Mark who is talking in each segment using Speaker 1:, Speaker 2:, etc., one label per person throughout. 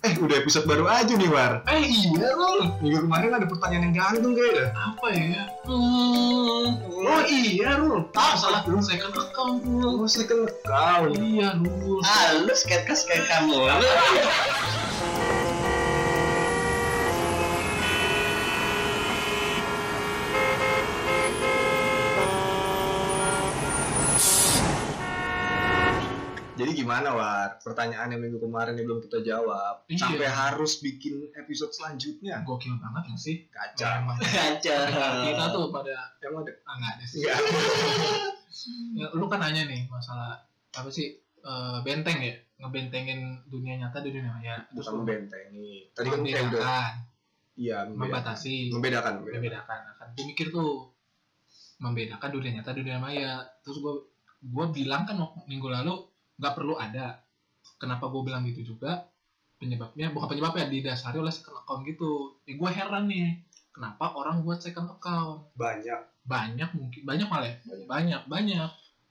Speaker 1: Eh, udah episode baru aja nih, War.
Speaker 2: Eh iya Rul,
Speaker 1: Minggu kemarin ada pertanyaan yang gantung kayaknya.
Speaker 2: apa ya? Hmm. Oh iya Rul, ah salah Rul second account Rul.
Speaker 1: Gue Oh, second account.
Speaker 2: Iya Rul.
Speaker 3: Ah, lu skatcast kayak kamu.
Speaker 1: Jadi gimana, War? Pertanyaan yang minggu kemarin yang belum kita jawab.
Speaker 2: Iya.
Speaker 1: Sampai harus bikin episode selanjutnya.
Speaker 2: Gokil banget gak sih?
Speaker 1: Iya. Kacau.
Speaker 2: Emang
Speaker 3: Kaca.
Speaker 1: Eh.
Speaker 2: kita tuh pada
Speaker 1: Emang ada?
Speaker 2: ah, nggak ada sih.
Speaker 1: Enggak. Iya.
Speaker 2: Ya, lu kan nanya nih masalah apa sih eh, benteng ya ngebentengin dunia nyata dunia maya
Speaker 1: Iya,
Speaker 2: terus
Speaker 1: Bukan
Speaker 2: lu
Speaker 1: membentengi. Tadi kan kayak udah.
Speaker 2: membedakan
Speaker 1: Iya, membedakan.
Speaker 2: membatasi
Speaker 1: Membedakan. membedakan.
Speaker 2: membedakan akan gue mikir tuh membedakan dunia nyata dunia maya terus gue gue bilang kan waktu- minggu lalu nggak perlu ada kenapa gue bilang gitu juga penyebabnya bukan penyebabnya didasari oleh second account gitu ya gue heran nih kenapa orang buat second account
Speaker 1: Banyak.
Speaker 2: banyak mungkin banyak malah ya?
Speaker 1: Banyak.
Speaker 2: banyak banyak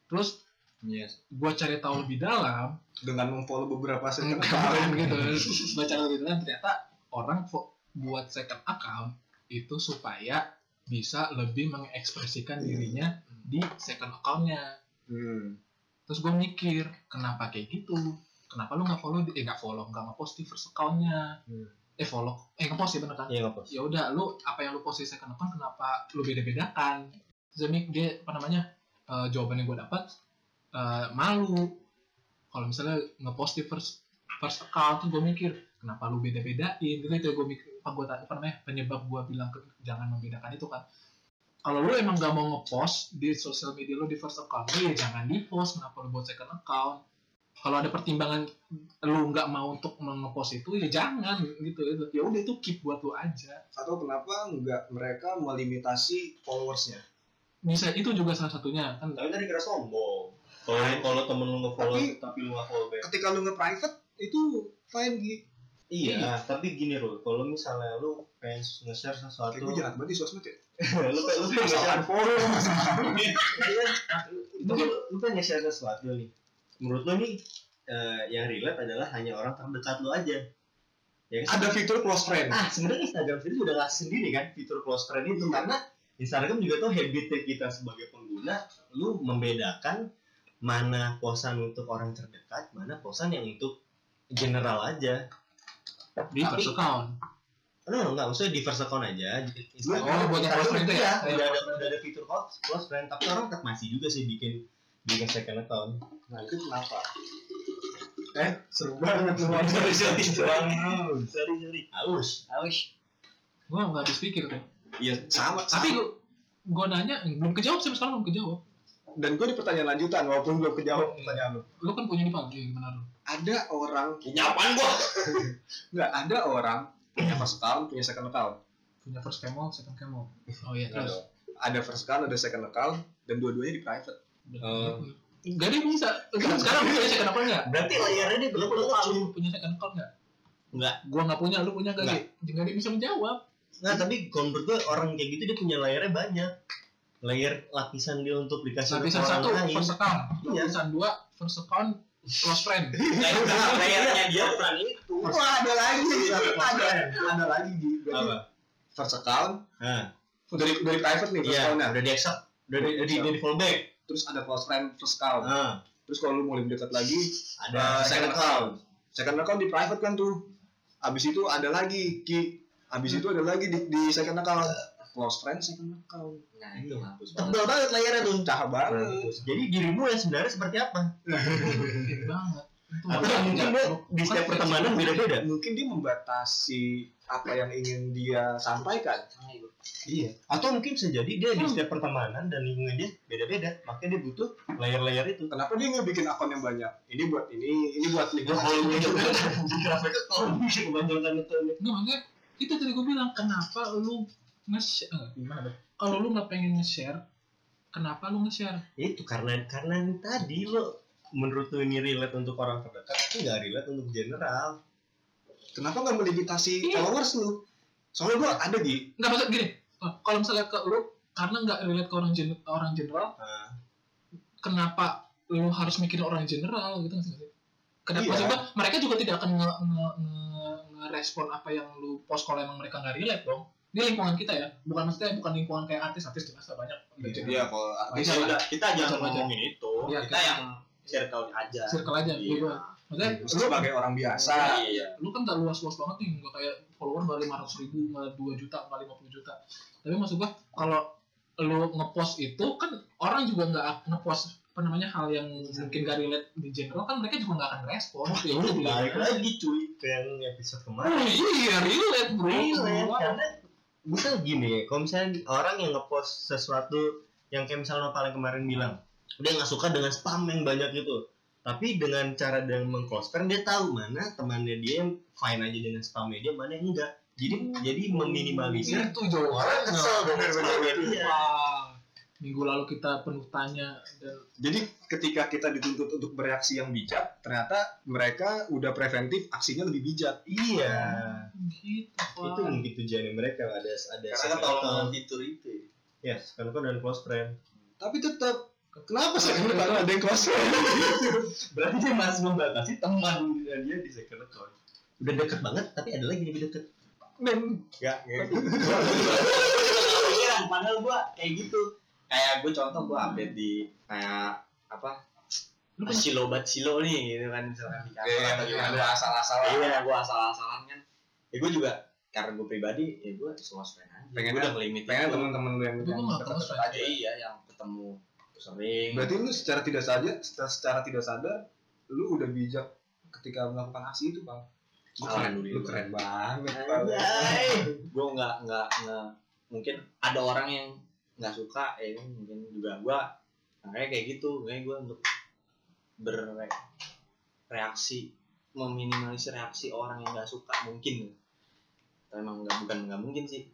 Speaker 2: terus gue cari tahu lebih dalam
Speaker 1: Dengan memfollow beberapa second
Speaker 2: Bukan
Speaker 1: account.
Speaker 2: gitu baca lebih dalam ternyata orang fo- buat second account itu supaya bisa lebih mengekspresikan dirinya di second accountnya
Speaker 1: Hmm.
Speaker 2: terus gue mikir kenapa kayak gitu kenapa lu nggak follow di- eh nggak follow nggak ngepost di first accountnya
Speaker 1: Hmm.
Speaker 2: eh follow eh ngepost ya bener kan
Speaker 3: Iya, apa?
Speaker 2: ya udah lu apa yang lu post di second account kenapa lu beda-bedakan jadi dia apa namanya eh, jawaban yang gue dapat eh, malu kalau misalnya ngepost di first first account tuh gue mikir kenapa lu beda-bedain itu itu gue mikir apa gue apa namanya penyebab gue bilang ke- jangan membedakan itu kan kalau lu emang gak mau ngepost di sosial media lu di first account lu ya jangan di post kenapa lu buat second account kalau ada pertimbangan lu nggak mau untuk ngepost itu ya jangan gitu itu ya udah itu keep buat lu aja
Speaker 1: Atau kenapa nggak mereka melimitasi followersnya?
Speaker 2: bisa itu juga salah satunya kan
Speaker 3: Tapi tadi kira sombong. Kalau kalau temen lu nge-follow
Speaker 1: Tapi-
Speaker 3: tapi lu nggak follow back.
Speaker 1: Ketika lu nge-private, itu fine gitu.
Speaker 3: Iya, tapi gini Rul, kalau misalnya lu pengen nge-share sesuatu,
Speaker 1: Kayak gue jahat banget di sosmed ya.
Speaker 3: lu pengen lu pengen nge-share
Speaker 1: Kesalahan follow.
Speaker 3: Iya, lu, lu pengen nge-share sesuatu nih menurut lu nih eh, yang relate adalah hanya orang terdekat lu aja ya kan
Speaker 1: Ada fitur close friend.
Speaker 3: ah sebenarnya Instagram sendiri udah ngasih sendiri kan fitur close friend itu karena Instagram juga tuh habitnya kita sebagai pengguna lu membedakan mana posan untuk orang terdekat mana posan yang untuk general aja
Speaker 2: di
Speaker 3: Tapi-
Speaker 2: first account
Speaker 3: Enggak, enggak, maksudnya di first account aja
Speaker 2: oh buat yang first
Speaker 3: Instagram
Speaker 2: itu
Speaker 3: udah,
Speaker 2: ya
Speaker 3: udah ada, udah ada fitur close, close friend Tapi orang tetap masih juga sih bikin bikin second account
Speaker 1: Nah itu kenapa? Eh, seru banget semua.
Speaker 3: Sorry, sorry, sorry. Sorry, sorry. Aus. Aus.
Speaker 2: gue nggak habis pikir tuh
Speaker 1: Iya sama.
Speaker 2: tapi
Speaker 1: Tapi
Speaker 2: gue gue nanya eh, belum kejawab sampai sekarang belum kejawab
Speaker 1: dan gue di pertanyaan lanjutan walaupun belum kejawab pertanyaan lu.
Speaker 2: lu kan punya di pagi gimana lu
Speaker 1: Ada orang
Speaker 3: Nyapan gua.
Speaker 1: nggak ada orang punya first account punya second account.
Speaker 2: punya first camel second camel oh iya
Speaker 1: Nggak
Speaker 2: terus
Speaker 1: Ada first account ada second account dan dua-duanya di private.
Speaker 2: Udah. Gak ada yang bisa. Lu kan sekarang punya second account nggak?
Speaker 3: Berarti layarnya dia belum belum lalu.
Speaker 2: Lu punya second account nggak?
Speaker 3: Nggak.
Speaker 2: Gua nggak punya, lu punya nggak?
Speaker 3: Nggak.
Speaker 2: sih? Nggak ada yang bisa menjawab.
Speaker 3: Nah, tapi kalau menurut gua orang kayak gitu dia punya layarnya banyak. Layar lapisan dia untuk dikasih
Speaker 2: Lapisan
Speaker 3: ke orang
Speaker 2: satu
Speaker 3: lain.
Speaker 2: first account,
Speaker 3: Iya.
Speaker 2: lapisan dua first account close friend.
Speaker 3: Nah, layarnya dia bukan itu.
Speaker 1: Wah ada lagi, ada ada lagi di
Speaker 3: Apa?
Speaker 1: first account
Speaker 3: Nah,
Speaker 1: dari dari private nih first
Speaker 3: iya,
Speaker 1: accountnya.
Speaker 3: udah di accept. Udah di, udah di, udah di fallback.
Speaker 1: Terus ada close friend first account.
Speaker 3: Nah,
Speaker 1: Terus kalau lu mau lebih dekat lagi
Speaker 3: ada
Speaker 1: Eh,
Speaker 3: second
Speaker 1: second
Speaker 3: account.
Speaker 1: second account di private kan tuh abis itu ada lagi ki abis itu ada lagi di, di second account close friend second account
Speaker 3: Nah, itu mampus banget. Tebal banget layarnya tuh.
Speaker 1: cah banget
Speaker 3: Mampus. Jadi dirimu yang sebenarnya seperti apa?
Speaker 2: Gede banget. Itu kan
Speaker 3: Atau
Speaker 2: nggak-
Speaker 3: mungkin
Speaker 2: nggak-
Speaker 3: dia
Speaker 2: bukan
Speaker 3: di setiap
Speaker 2: fleksibel.
Speaker 3: pertemanan beda-beda.
Speaker 1: mungkin dia membatasi apa yang ingin dia sampaikan
Speaker 3: Iya. Atau mungkin bisa jadi dia di setiap pertemanan dan lingkungan dia beda-beda, makanya dia butuh layer-layer itu.
Speaker 1: kenapa dia nggak bikin akun yang banyak ini buat ini ini buat ini
Speaker 3: grafiknya kalau bikin kebanyakan itu.
Speaker 2: Nggak maksudnya Nah, itu tadi gue bilang kenapa lu nge-share eh,
Speaker 3: Gimana?
Speaker 2: kalau lu nggak pengen nge-share kenapa lu nge-share
Speaker 3: Itu karena karena tadi lo menurut lo ini relate untuk orang terdekat, tapi nggak relate untuk general.
Speaker 1: kenapa nggak melimitasi
Speaker 2: Iya.
Speaker 1: followers lu soalnya gua ada di
Speaker 2: nggak maksud gini oh, kalau misalnya ke lu karena nggak relate ke orang gen- orang general
Speaker 3: Ah.
Speaker 2: kenapa lu harus mikirin orang general gitu nggak sih? Kenapa
Speaker 1: Iya.
Speaker 2: maksud gua, mereka juga tidak akan nge, nge, nge- ngerespon apa yang lu post kalau emang mereka nggak relate dong ini lingkungan kita ya bukan maksudnya bukan lingkungan kayak artis artis jelas lah banyak
Speaker 3: Iya,
Speaker 1: Jadi ya kalau artis
Speaker 3: kita
Speaker 2: Wajar lah.
Speaker 3: udah kita jangan
Speaker 2: Wajar, wajar.
Speaker 3: ngomongin itu
Speaker 2: Iya,
Speaker 3: kita
Speaker 2: kita-
Speaker 3: yang circle aja
Speaker 2: circle aja
Speaker 3: Iya.
Speaker 2: gitu maksudnya
Speaker 1: lu sebagai orang biasa
Speaker 3: iya
Speaker 2: lu kan gak luas luas banget nih nggak kayak follower nggak lima ratus ribu nggak dua juta nggak lima puluh juta tapi maksud gua kalau lu ngepost itu kan orang juga nggak ak- ngepost apa namanya hal yang mungkin gak relate di general kan mereka juga nggak akan respon
Speaker 3: iya,
Speaker 2: ya udah bilang
Speaker 3: balik
Speaker 2: aja.
Speaker 3: lagi cuy ke yang episode kemarin
Speaker 2: Oh, iya relate bro
Speaker 3: Relate, kan?
Speaker 2: Semua.
Speaker 3: karena bisa gini kalau misalnya orang yang ngepost sesuatu yang kayak misalnya lo paling kemarin bilang dia nggak suka dengan spam yang banyak itu tapi dengan cara dia mengcosper dia tahu mana temannya dia yang fine aja dengan spamnya dia mana yang enggak jadi jadi meminimalisir
Speaker 2: itu jauh nah.
Speaker 1: orang kesel bener bener bener.
Speaker 3: Iya.
Speaker 2: Wah, minggu lalu kita penuh tanya dan
Speaker 1: jadi ketika kita dituntut untuk bereaksi yang bijak ternyata mereka udah preventif aksinya lebih bijak
Speaker 3: iya
Speaker 2: gitu Wah.
Speaker 3: itu mungkin tujuannya mereka ada ada
Speaker 4: Karena kan tolong dengan fitur itu ya.
Speaker 3: ya karena kan dan close friend
Speaker 1: tapi tetap kenapa saya kenapa karena ada yang kosong
Speaker 3: berarti dia masih membatasi teman dia di second account udah deket banget tapi ada lagi yang lebih deket
Speaker 1: dan
Speaker 3: ya
Speaker 4: Kepikiran, padahal gua kayak gitu. Iya. Kayak gua contoh gua update di kayak apa?
Speaker 2: Lu kan-
Speaker 4: Silo bat silo nih gitu kan misalkan di kantor atau gimana.
Speaker 1: asal-asalan
Speaker 4: Iya, gua asal-asalan kan. Ya gua juga karena gua pribadi ya gua close friend aja.
Speaker 1: Pengennya-
Speaker 4: Gua udah ngelimit
Speaker 1: pengen
Speaker 4: itu.
Speaker 1: teman-teman lu yang
Speaker 2: Tapi gua nggak
Speaker 1: deket-deket
Speaker 2: kosong.
Speaker 1: aja.
Speaker 4: aja iya yang ketemu sering.
Speaker 1: berarti lu secara tidak sadar secara, secara tidak sadar lu udah bijak ketika melakukan aksi itu bang
Speaker 4: Gua keren dulu ya,
Speaker 1: lu
Speaker 4: gua. Iya.
Speaker 1: keren banget Bang.
Speaker 4: Anjay. gua nggak nggak nge- mungkin ada orang yang nggak suka ya kan, mungkin juga gua makanya kayak gitu makanya gua untuk bereaksi meminimalisir reaksi orang yang nggak suka mungkin tapi emang nggak bukan nggak mungkin sih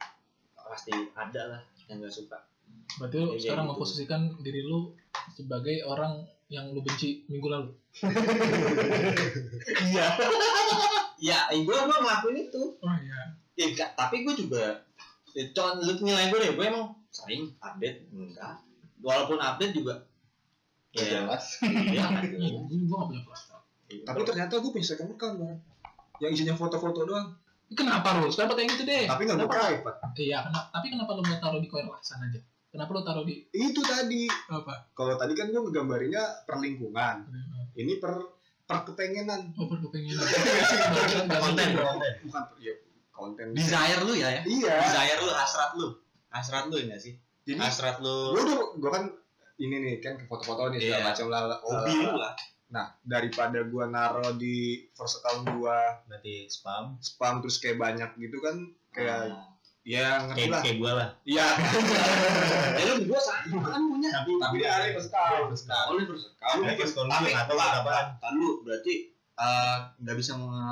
Speaker 4: pasti ada lah yang nggak suka
Speaker 2: berarti lu
Speaker 4: Iya,
Speaker 2: sekarang
Speaker 4: gitu.
Speaker 2: memposisikan diri lu sebagai orang yang lu benci minggu lalu
Speaker 4: iya ya eh, gua gua ngelakuin itu
Speaker 2: oh iya
Speaker 4: Ya, ka- tapi gue juga ya, con lu nilai gue deh gue emang sering update enggak walaupun update juga
Speaker 1: Iya.
Speaker 4: ya
Speaker 3: jelas
Speaker 4: ya kan
Speaker 2: Iya, gua gak punya kelas
Speaker 1: tapi ternyata gue punya second account bang yang isinya foto-foto doang
Speaker 2: Kenapa lu? Kenapa kayak gitu
Speaker 4: Eh,
Speaker 2: deh?
Speaker 1: tapi nggak gue private
Speaker 2: Iya, kenapa? Tapi kenapa lu mau taruh di koin lasan aja? Kenapa lu taruh di
Speaker 1: itu tadi
Speaker 2: apa?
Speaker 1: kalau tadi kan gue nggambarinnya per lingkungan ini per per kepengenan
Speaker 2: Oh, perlu pengen.
Speaker 3: konten konten
Speaker 1: bukan per, ya, konten
Speaker 4: desire lu ya ya
Speaker 1: iya
Speaker 4: desire lu hasrat lu hasrat lu enggak sih
Speaker 1: jadi
Speaker 4: hasrat lu
Speaker 1: gue udah gue kan ini nih kan ke foto-foto nih segala
Speaker 4: Iya.
Speaker 1: macam lah lah-
Speaker 4: hobi
Speaker 1: lah-
Speaker 4: lu lah
Speaker 1: Nah, daripada gua naro di first account gua
Speaker 3: nanti spam
Speaker 1: spam terus kayak banyak gitu kan kayak
Speaker 4: Nah,
Speaker 1: ya ngerti
Speaker 3: Ah. kayak
Speaker 1: lah.
Speaker 3: kayak gue lah
Speaker 1: Iya.
Speaker 4: ya lu berdua sama kan punya
Speaker 3: tapi
Speaker 1: Tapi dia ada yang first account.
Speaker 4: oh lu terus
Speaker 3: Tapi
Speaker 4: kamu
Speaker 3: terus kalau dia nggak tahu apaan.
Speaker 4: Kan lu berarti eh, nggak bisa nge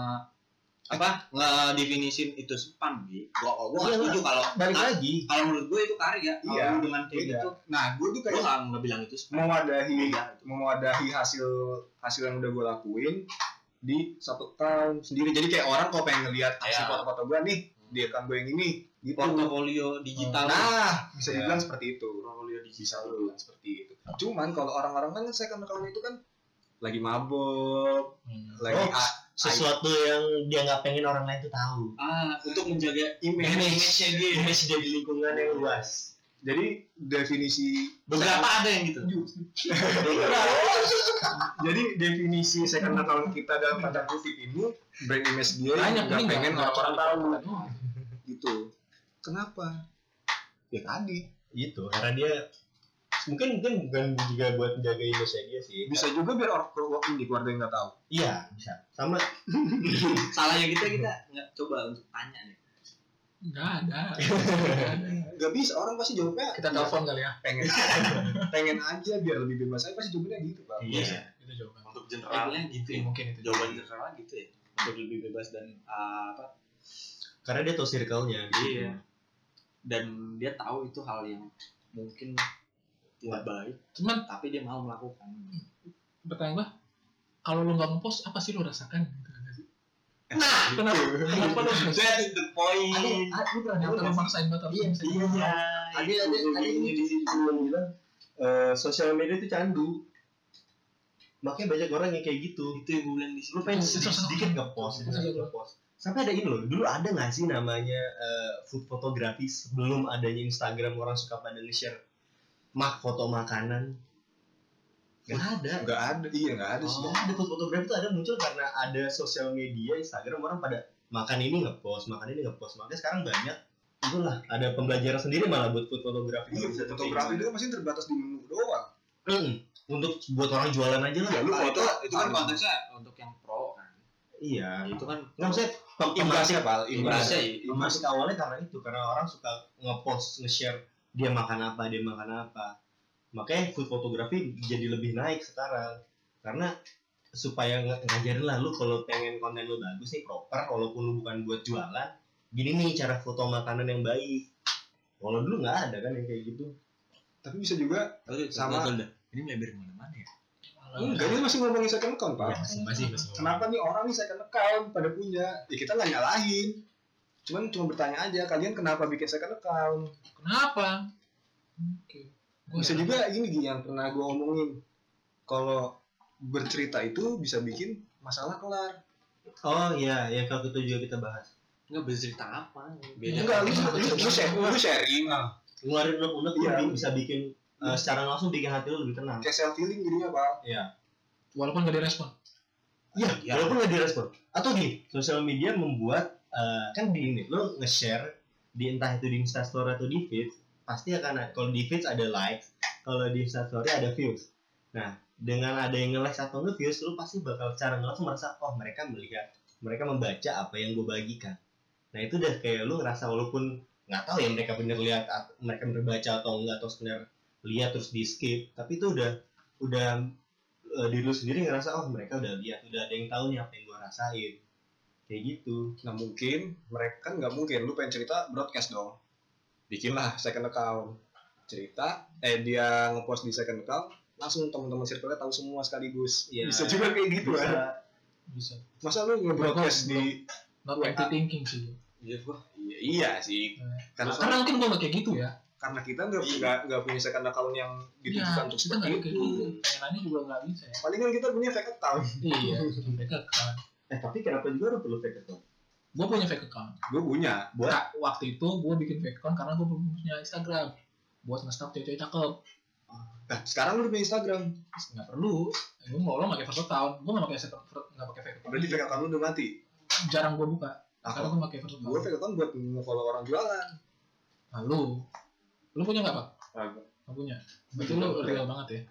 Speaker 4: apa ngedefinisin itu spam bi gua gua nggak
Speaker 3: Iya,
Speaker 4: setuju kalau
Speaker 3: balik
Speaker 4: Ah,
Speaker 3: lagi
Speaker 4: kalau menurut gue itu karya kalau
Speaker 1: Iya,
Speaker 4: lu dengan kayak
Speaker 1: beda.
Speaker 4: gitu
Speaker 1: Nah, gua tuh
Speaker 4: gue
Speaker 1: kayak
Speaker 4: nggak nggak bilang itu spam
Speaker 1: mewadahi
Speaker 4: Beda.
Speaker 1: mewadahi hasil hasil yang udah gua lakuin di satu account sendiri. Jadi kayak orang kalau pengen ngelihat aksi
Speaker 3: Ya.
Speaker 4: Iya.
Speaker 1: foto-foto gua nih di account gua yang ini gitu.
Speaker 4: portofolio digital
Speaker 1: Nah, bisa
Speaker 3: Iya.
Speaker 1: dibilang seperti itu.
Speaker 4: portofolio
Speaker 1: bisa
Speaker 4: digital
Speaker 1: lu seperti itu. Cuman kalau orang-orang kan second account itu kan lagi mabok, lagi
Speaker 3: Oh,
Speaker 1: a-
Speaker 3: sesuatu yang dia nggak pengen orang lain tuh tahu
Speaker 4: ah untuk menjaga
Speaker 1: image.
Speaker 4: image-nya dia
Speaker 3: image dia di lingkungan yang luas
Speaker 1: Jadi definisi
Speaker 4: beberapa ada yang gitu
Speaker 3: Iya.
Speaker 1: jadi definisi second account kita dalam tanda kutip ini brand image dia
Speaker 2: Banyak
Speaker 1: yang nggak
Speaker 2: ini
Speaker 1: pengen orang-orang tahu
Speaker 2: tahu.
Speaker 1: gitu. Kenapa? Ya tadi
Speaker 3: itu karena dia mungkin mungkin bukan juga buat menjaga image dia sih
Speaker 1: bisa juga biar orang keluarga ini keluarga yang nggak tahu.
Speaker 3: iya bisa sama
Speaker 4: salahnya kita kita nggak coba untuk tanya nih
Speaker 2: Enggak ada. Nggak ada.
Speaker 1: Gak bisa orang pasti jawabnya
Speaker 2: Kita telepon kali ya.
Speaker 1: pengen pengen aja biar lebih bebas. Saya pasti jawabnya gitu bang.
Speaker 3: Iya.
Speaker 2: Itu jawaban.
Speaker 4: untuk generalnya gitu
Speaker 2: Iya,
Speaker 4: ya
Speaker 2: mungkin itu.
Speaker 4: jawaban generalnya gitu ya untuk lebih bebas dan ah, apa
Speaker 3: karena dia tahu circle-nya gitu.
Speaker 4: Iya. dan dia tahu itu hal yang mungkin tidak baik
Speaker 2: Cuman
Speaker 4: tapi dia mau melakukan
Speaker 2: pertanyaan gua, kalau lu nggak ngepost apa sih lu rasakan? Gitu kan.
Speaker 4: nah
Speaker 2: Kenapa? Kenapa lu?
Speaker 4: that's the
Speaker 1: Iya,
Speaker 4: point
Speaker 2: Aku ternyata lu maksain banget harus maksain.
Speaker 4: ada Nah, ada ada di situ
Speaker 3: belum bilang eh, sosial media itu candu makanya banyak orang yang kayak gitu
Speaker 4: itu yang gue bilang di situ
Speaker 3: lu pengen sedikit, sedikit ngepost sedikit ngepost sampai ada ini loh dulu ada nggak sih namanya eh, food photography sebelum adanya Instagram orang suka pada nge-share mak foto makanan nggak ada
Speaker 1: nggak ada iya nggak ada sih
Speaker 3: Oh, ada food photography itu ada muncul karena ada sosial media Instagram orang pada makan ini ngepost makan ini ngepost makanya sekarang banyak itulah ada pembelajaran sendiri malah buat food photography
Speaker 1: iya
Speaker 3: Bisa
Speaker 1: fotografi itu
Speaker 3: terjadi.
Speaker 1: kan pasti terbatas di menu doang
Speaker 3: Mm, untuk buat orang jualan aja lah
Speaker 1: ya lu
Speaker 4: Ah,
Speaker 1: foto
Speaker 4: itu, itu kan
Speaker 1: harus-
Speaker 4: konteksnya untuk yang pro kan.
Speaker 3: iya
Speaker 4: Itu kan
Speaker 3: nggak maksudnya
Speaker 1: imbasnya pak
Speaker 4: imbasnya
Speaker 1: imbasnya
Speaker 3: masuk awalnya karena itu karena orang suka ngepost nge-share dia makan apa dia makan apa makanya food photography jadi lebih naik sekarang karena supaya nge- ngajarin lah lu kalau pengen konten lu bagus nih proper walaupun lu bukan buat jualan gini nih cara foto makanan yang baik walau dulu nggak ada kan yang kayak gitu
Speaker 1: tapi bisa juga Sama.
Speaker 4: sama ini melebar kemana-mana ya
Speaker 1: enggak dia masih ngomongin second account pak
Speaker 2: masih masih masih
Speaker 1: kenapa nih orang nih second account pada punya ya kita nggak nyalahin cuman cuma bertanya aja kalian kenapa bikin second account
Speaker 2: kenapa oke Gua
Speaker 1: bisa
Speaker 2: heran.
Speaker 1: juga ini gini yang pernah gue omongin kalau bercerita itu bisa bikin masalah kelar
Speaker 3: oh iya ya kalau itu juga kita bahas
Speaker 4: nggak bercerita apa beda
Speaker 2: Iya.
Speaker 1: enggak lu
Speaker 2: gitu.
Speaker 1: lu, lu, share- lu sharing
Speaker 3: ngeluarin unek-unek lu
Speaker 1: Iya.
Speaker 3: bi- bisa bikin eh, secara langsung bikin hati lu lebih tenang
Speaker 1: kayak self healing jadinya pak
Speaker 2: walaupun gak direspon
Speaker 3: Iya,
Speaker 4: Iya.
Speaker 3: walaupun nggak direspon. Atau gini, sosial media membuat eh, kan di ini lo nge-share di entah itu di Instastory atau di feed pasti akan ada- kalau di feed ada likes, kalau di Instastory ada views. Nah, dengan ada yang nge-likes atau nge-views, lo pasti bakal secara nggak langsung merasa oh mereka melihat, mereka membaca apa yang gue bagikan. Nah itu udah kayak lo ngerasa walaupun nggak tahu ya mereka bener lihat at- mereka bener baca atau enggak atau sekedar lihat terus di skip tapi itu udah udah eh, diri lu sendiri ngerasa oh mereka udah lihat udah ada yang tahu nih apa yang gua rasain kayak gitu
Speaker 1: nah mungkin mereka kan nggak mungkin lu pengen cerita broadcast dong bikinlah second account cerita eh dia ngepost di second account langsung teman-teman circle-nya tahu semua sekaligus
Speaker 3: Iya.
Speaker 1: bisa juga kayak gitu kan
Speaker 2: bisa
Speaker 3: Bisa-
Speaker 1: masa lu nge-broadcast di
Speaker 2: not empty thinking sih
Speaker 4: Iya, gua.
Speaker 1: iya, iya sih karena Iya.
Speaker 2: karena mungkin gua gak kayak gitu ya Iya,
Speaker 1: karena kita nggak nggak nggak punya second account yang ditujukan Gitu, untuk
Speaker 2: kita
Speaker 1: seperti
Speaker 2: nggak kayak
Speaker 1: itu
Speaker 2: gitu pengenannya juga gak bisa ya
Speaker 1: paling kan kita punya fake account
Speaker 2: iya fake account
Speaker 3: eh tapi kenapa juga lu perlu fake account
Speaker 2: gue punya fake account
Speaker 1: gue punya
Speaker 3: buat
Speaker 2: Nah, waktu itu gue bikin fake account karena gue belum punya Instagram buat nge-stalk cewek-cewek cakep
Speaker 1: nah sekarang lu udah punya Instagram
Speaker 2: nggak perlu gue mau lo pakai first account gue nggak pakai second account nggak pakai fake account
Speaker 1: berarti fake account lu udah mati
Speaker 2: jarang gue buka karena
Speaker 1: aku
Speaker 2: gue pakai first
Speaker 1: gue
Speaker 2: account
Speaker 1: fake account buat nge-follow orang jualan
Speaker 2: lalu Nah, lu punya nggak pak
Speaker 4: Kagak.
Speaker 2: nggak punya berarti lu real banget ya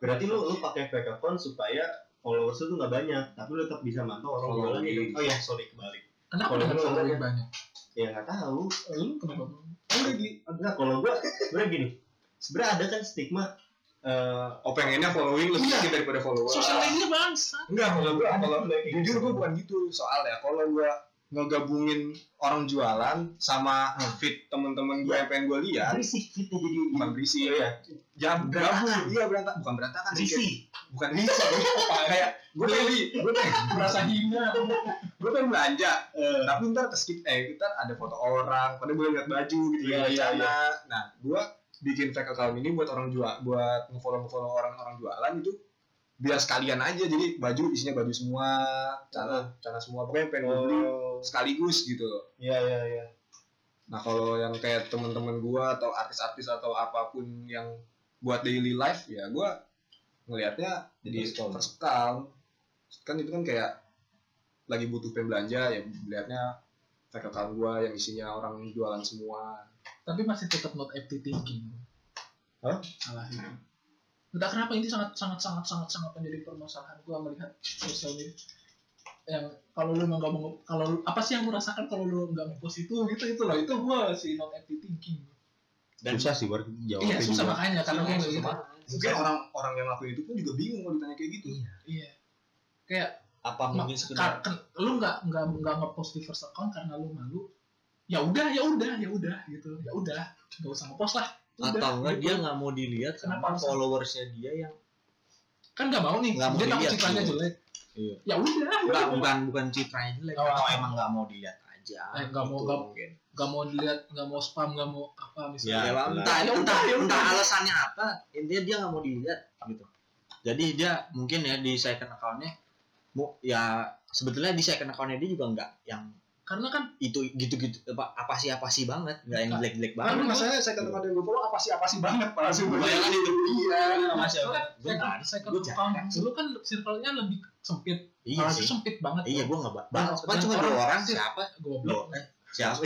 Speaker 3: berarti lu lu pakai fake account supaya followers lu tuh nggak banyak tapi lu tetap bisa mantau orang
Speaker 1: Following.
Speaker 3: jualan gitu. oh ya sorry kebalik
Speaker 2: kenapa
Speaker 3: Kalau
Speaker 2: dengan
Speaker 3: lu
Speaker 2: follower
Speaker 3: orangnya-
Speaker 2: lebih banyak
Speaker 3: ya nggak tahu
Speaker 2: lu kenapa
Speaker 1: enggak Gi.
Speaker 3: nggak kalau gua sebenarnya gini sebenarnya ada kan stigma eh
Speaker 1: oh pengennya following lebih
Speaker 2: Iya.
Speaker 1: sedikit daripada follower
Speaker 2: sosial media bangsa
Speaker 1: enggak kalau gue kalau jujur
Speaker 3: jujur
Speaker 1: gue
Speaker 3: gua buat
Speaker 1: bukan gitu soalnya kalau gue ngegabungin orang jualan sama fit temen-temen gue yang pengen gue lihat
Speaker 3: berisik gitu jadi
Speaker 1: bukan berisi ya jam
Speaker 3: Iya. Berantakan.
Speaker 1: iya berantakan bukan berantakan sih kayak-
Speaker 3: berisik
Speaker 1: bukan risih apa kayak gue
Speaker 3: Iya.
Speaker 1: pengen gue pengen merasa hina gue pengen belanja
Speaker 3: Eh,
Speaker 1: tapi ntar ke skip eh ntar ada foto orang pada gue lihat baju gitu ya
Speaker 3: Iya, iya, iya.
Speaker 1: nah gue bikin fake account ini buat orang jual buat ngefollow follow orang orang jualan itu biar sekalian aja jadi baju isinya baju semua
Speaker 3: Iya.
Speaker 1: cara cara semua pokoknya yang pengen gue beli
Speaker 3: oh
Speaker 1: sekaligus gitu
Speaker 3: iya iya iya
Speaker 1: nah kalau yang kayak temen-temen gue atau artis-artis atau apapun yang buat daily life ya gue ngelihatnya jadi
Speaker 3: First account.
Speaker 1: first account kan itu kan kayak lagi butuh pembelanja ya lihatnya fake account gue yang isinya orang jualan semua
Speaker 2: tapi masih tetap not empty thinking
Speaker 3: Hah?
Speaker 2: salah itu entah kenapa ini sangat sangat sangat sangat sangat menjadi permasalahan gua melihat sosial media yang kalau lu emang nggak mau kalau lu- apa sih yang lu rasakan kalau lu nggak mau post itu gitu itu loh itu gua si not empty thinking
Speaker 4: Dan-
Speaker 3: susah sih buat jawabnya
Speaker 2: iya susah
Speaker 3: juga.
Speaker 2: makanya karena gua nggak gitu
Speaker 1: mungkin orang orang yang lakuin itu pun juga bingung kalau ditanya kayak gitu
Speaker 2: iya
Speaker 4: apa mungkin
Speaker 2: Kar-
Speaker 4: sekedar
Speaker 2: ken- lu nggak nggak nggak ngepost di first account karena lu malu ya udah ya udah ya udah gitu ya udah nggak usah ngepost lah Udah,
Speaker 4: atau enggak
Speaker 2: gitu.
Speaker 4: dia nggak mau dilihat
Speaker 2: Kenapa
Speaker 4: sama
Speaker 2: harus-
Speaker 4: followersnya dia yang
Speaker 2: kan nggak mau nih
Speaker 4: Nggak mau
Speaker 2: dia takut
Speaker 4: dilihat,
Speaker 2: citranya
Speaker 4: iya.
Speaker 2: jelek
Speaker 4: Iya.
Speaker 2: ya udah
Speaker 4: Enggak, bukan bukan citranya jelek
Speaker 2: Oh,
Speaker 4: atau
Speaker 2: apa?
Speaker 4: emang nggak mau dilihat aja
Speaker 2: Eh, nggak mau-
Speaker 4: gitu
Speaker 2: nggak-
Speaker 4: mungkin.
Speaker 2: nggak mau dilihat nggak mau spam nggak mau apa
Speaker 3: Ya,
Speaker 2: misalnya
Speaker 4: ya, lah,
Speaker 3: benar.
Speaker 4: entah,
Speaker 2: Ya
Speaker 4: entah,
Speaker 2: udah, ya
Speaker 4: entah
Speaker 2: udah.
Speaker 4: alasannya apa intinya dia nggak mau dilihat gitu jadi dia mungkin ya di second accountnya Mu- ya sebetulnya di second account-nya dia juga nggak yang
Speaker 2: karena kan
Speaker 4: itu gitu-gitu apa, apa sih apa sih banget nggak yang
Speaker 2: Nah,
Speaker 4: jelek-jelek
Speaker 1: Kan
Speaker 4: banget
Speaker 1: masalahnya second account yang gue follow apa sih apa sih banget para semuanya.
Speaker 4: Bayangan itu. Iya, masih
Speaker 2: soalnya
Speaker 4: Gue
Speaker 2: second,
Speaker 4: nggak-
Speaker 2: second
Speaker 4: gue
Speaker 2: account
Speaker 4: jarang sih.
Speaker 2: dulu kan circle-nya lebih sempit
Speaker 4: Iya
Speaker 2: Malah
Speaker 4: sih.
Speaker 2: itu sempit banget Nah,
Speaker 4: Iya, gue nggak
Speaker 2: Dan-
Speaker 4: bahas. Cuma
Speaker 2: dan
Speaker 4: cuma dua orang
Speaker 2: sih.
Speaker 4: siapa?
Speaker 2: goblok
Speaker 4: Lo, eh, siapa?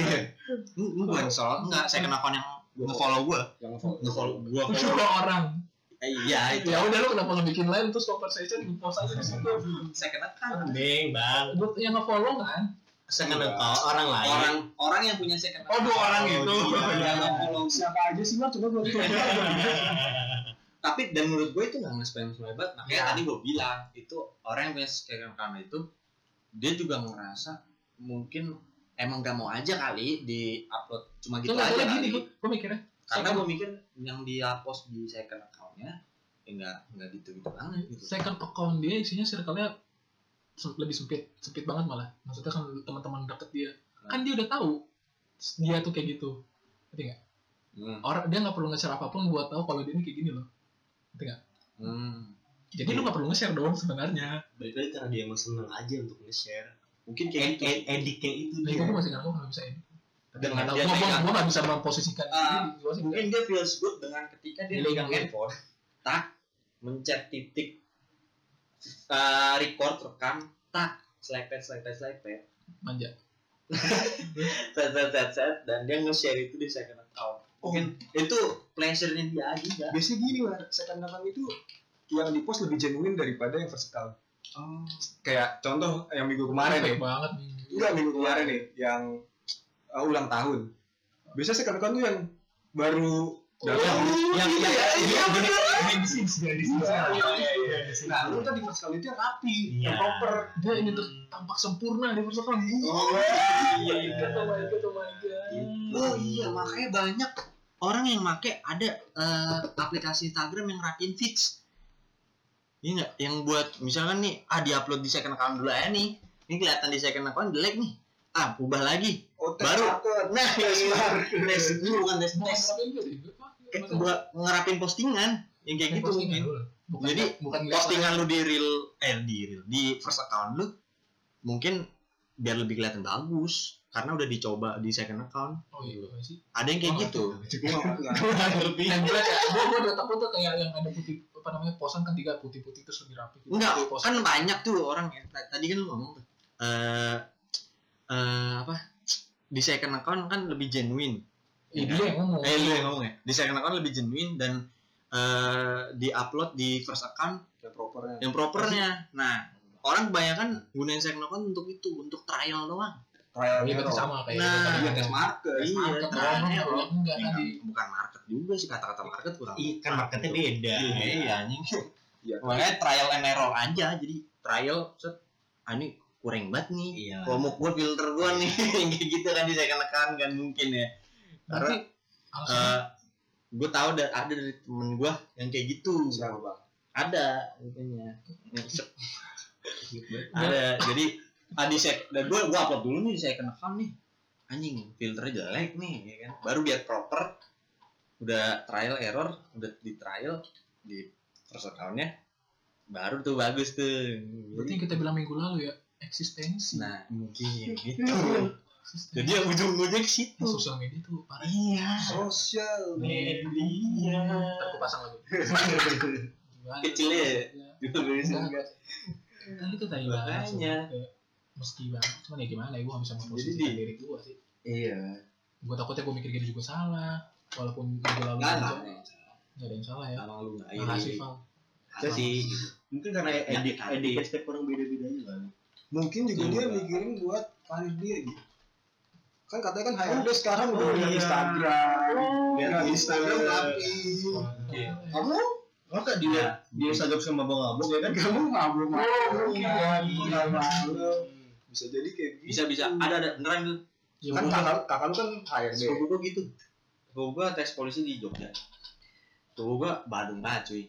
Speaker 4: Lu gue yang soal enggak saya kena akun yang nge-follow gue.
Speaker 1: Yang follow.
Speaker 4: Nge-follow gue.
Speaker 2: dua orang
Speaker 4: Eh, iya, itu.
Speaker 2: ya udah lu kenapa nggak bikin lain terus conversation di post aja di situ
Speaker 4: Second account.
Speaker 3: Deng, bang.
Speaker 2: Buat yang nge-follow kan
Speaker 3: Second account orang lain.
Speaker 4: Orang orang yang punya second
Speaker 2: oh dua orang gitu
Speaker 4: Yang
Speaker 1: Iya.
Speaker 4: nge-follow.
Speaker 1: Siapa aja sih mah coba gue
Speaker 4: Tapi dan menurut gue itu nggak nge-spam semua hebat. Makanya
Speaker 2: Iya.
Speaker 4: tadi gue bilang itu orang yang punya second account itu dia juga ngerasa mungkin emang gak mau aja kali di upload cuma gitu
Speaker 2: Tuh, nggak
Speaker 4: aja
Speaker 2: boleh
Speaker 4: kali.
Speaker 2: gini gue mikirnya
Speaker 4: karena
Speaker 2: Second-
Speaker 4: gue mikir yang dia post di second accountnya ya nggak nggak gitu gitu banget gitu
Speaker 2: second account dia isinya circle-nya sem- lebih sempit sempit banget malah maksudnya kan teman-teman deket dia kan dia udah tahu dia tuh kayak gitu
Speaker 4: hmm.
Speaker 2: orang dia nggak perlu nge-share apapun buat tahu kalau dia ini kayak gini loh
Speaker 4: Hmm.
Speaker 2: jadi lu nggak perlu nge-share dong sebenarnya
Speaker 3: Balik lagi karena dia emang seneng aja untuk nge-share.
Speaker 4: mungkin kayak
Speaker 3: Ed-
Speaker 4: gitu
Speaker 3: ed- Ediknya itu
Speaker 2: nah, itu
Speaker 3: dia.
Speaker 2: gue masih nggak tahu kalau bisa ini tapi
Speaker 4: Dengan
Speaker 2: nggak tahu
Speaker 4: dia
Speaker 2: gue
Speaker 4: pegang.
Speaker 2: gue nggak bisa memposisikan
Speaker 4: Ah,
Speaker 2: diri gua sih.
Speaker 4: mungkin dia feels good dengan ketika dia
Speaker 2: Dia
Speaker 4: pegang
Speaker 2: pegang
Speaker 4: handphone tak mencet titik eh, record rekam tak selepet selepet selepet
Speaker 2: manja
Speaker 4: set set set set dan dia nge-share itu di second account mungkin itu pleasure-nya dia aja
Speaker 1: Biasanya gini lah, second account itu yang di post lebih genuine daripada yang first account.
Speaker 4: oh.
Speaker 1: Kayak contoh yang minggu kemarin
Speaker 2: Fake
Speaker 1: nih,
Speaker 2: banget nih
Speaker 1: enggak minggu kemarin nih yang uh, ulang tahun. Biasanya second account tuh yang baru datang.
Speaker 4: yang yang
Speaker 1: iya,
Speaker 4: bener.
Speaker 3: Iya,
Speaker 1: Nah, lu tadi first account itu yang rapi, yang
Speaker 3: Iya.
Speaker 1: proper.
Speaker 2: dia ini tuh tampak sempurna di first account
Speaker 4: Oh,
Speaker 2: my god oh my god oh my god
Speaker 4: Oh iya, makanya banyak orang yang make ada eh, aplikasi Instagram yang rapiin feeds. Iya nggak? Yang buat misalkan nih, ah diupload di second account dulu aja nih. Ini kelihatan di second account jelek nih. Ah, ubah lagi.
Speaker 1: Oh, tes
Speaker 4: Baru.
Speaker 1: market.
Speaker 4: Nah,
Speaker 1: Tes market.
Speaker 4: tes ini bukan tes
Speaker 2: Bukan
Speaker 4: tes.
Speaker 2: ngerapin juga sih, gua-
Speaker 4: Kayak
Speaker 2: masa-
Speaker 4: Buat ngerapin postingan yang kayak gitu mungkin.
Speaker 2: Bukan,
Speaker 4: Jadi,
Speaker 2: bukan
Speaker 4: Postingan lu di real eh di real di first account lu mungkin biar lebih kelihatan bagus karena udah dicoba di second account.
Speaker 2: Oh iya, apa sih?
Speaker 4: Ada yang kayak
Speaker 2: Oh,
Speaker 4: gitu.
Speaker 1: Juga nggak ngerti.
Speaker 4: Ngerti.
Speaker 2: Yang gila ya, gue gue udah takut tuh kayak yang ada putih apa namanya posan kan tiga putih putih terus lebih rapi. gitu.
Speaker 4: Enggak,
Speaker 2: Kayak posan.
Speaker 4: kan banyak tuh orang ya. Ta- Tadi kan lu ngomong tuh. Eh eh, apa? Di second account kan lebih genuine.
Speaker 2: Iya, dia yang ngomong.
Speaker 4: Eh lu yang ngomong ya. Di second account lebih genuine dan eh di-upload di first account
Speaker 1: Yang propernya.
Speaker 4: yang propernya. Nah, orang kebanyakan gunain second account untuk itu, untuk trial doang.
Speaker 1: Trial
Speaker 2: Iya,
Speaker 1: gitu.
Speaker 2: itu sama kayak.
Speaker 4: Nah,
Speaker 1: Iya,
Speaker 2: iya,
Speaker 1: tes market.
Speaker 4: Iya,
Speaker 2: market doang,
Speaker 4: trial.
Speaker 2: kalau enggak kan
Speaker 4: Iya,
Speaker 2: tadi.
Speaker 4: bukan market juga sih kata-kata market kurang.
Speaker 3: Ikan marketnya beda.
Speaker 4: iya,
Speaker 3: iya.
Speaker 4: anjing.
Speaker 1: Iya.
Speaker 4: Makanya trial and error aja jadi trial set ah, ini kurang banget nih.
Speaker 3: Iya.
Speaker 4: Komuk gue filter gue nih kayak gitu kan di second account kan mungkin ya.
Speaker 2: Berarti
Speaker 4: Karena eh,
Speaker 2: alasan
Speaker 4: gue tahu da- ada dari temen gue yang kayak gitu.
Speaker 1: Siapa, Bang?
Speaker 4: Ada intinya. ada jadi ah, di sec dan gue gue upload dulu nih di second account nih. Anjing filternya jelek nih ya kan. Baru biar proper udah trial error udah di trial di first accountnya baru tuh bagus tuh.
Speaker 2: berarti yang kita bilang minggu lalu ya eksistensi.
Speaker 4: Nah, mungkin gitu. Jadi yang ujung-ujungnya ke situ.
Speaker 2: Nah, sosial media tuh parah. Iya.
Speaker 4: Iya.
Speaker 1: Sosial
Speaker 3: Media.
Speaker 2: Ntar gue pasang lagi. Gimana?
Speaker 4: Kecil ya. Gitu
Speaker 2: Enggak, enggak. Nah, itu tadi lah.
Speaker 4: Makanya.
Speaker 2: Kayak, Mesti banget, cuman ya gimana ya gue gak bisa
Speaker 4: Jadi
Speaker 2: memposisikan
Speaker 4: di-
Speaker 2: diri gue sih
Speaker 4: Iya.
Speaker 2: Gue takutnya gue mikir gini juga salah Walaupun minggu lalu aja,
Speaker 4: Enggak lah.
Speaker 2: nggak ada yang salah ya
Speaker 4: Emang lu enggak
Speaker 2: Makasih
Speaker 4: iri.
Speaker 2: Val
Speaker 3: Itu sih. Mungkin karena
Speaker 4: Ya,
Speaker 3: edik
Speaker 4: ya.
Speaker 3: edik Nah, step orang beda-beda aja kan.
Speaker 1: mungkin juga
Speaker 4: Iya.
Speaker 1: dia mikirin buat karir dia gitu kan katanya kan HRD sekarang udah
Speaker 3: Oh,
Speaker 1: di
Speaker 3: iya.
Speaker 1: Instagram
Speaker 3: Lihat
Speaker 1: Lihat
Speaker 3: Instagram tapi
Speaker 2: Iya.
Speaker 1: kamu
Speaker 3: masa Oh, dia dia sagap sama bang abang ya kan?
Speaker 1: kamu ngabung ngabung
Speaker 3: iya.
Speaker 1: kan Iya, malu. bisa jadi kayak gitu
Speaker 4: Bisa bisa ada ada beneran lu.
Speaker 2: Ya,
Speaker 1: kan
Speaker 2: gua-
Speaker 1: kakak kakak lu kan HRD
Speaker 4: Sepupu gua gitu. Sepupu gua tes polisi di Jogja. Sepupu gua Badung banget cuy.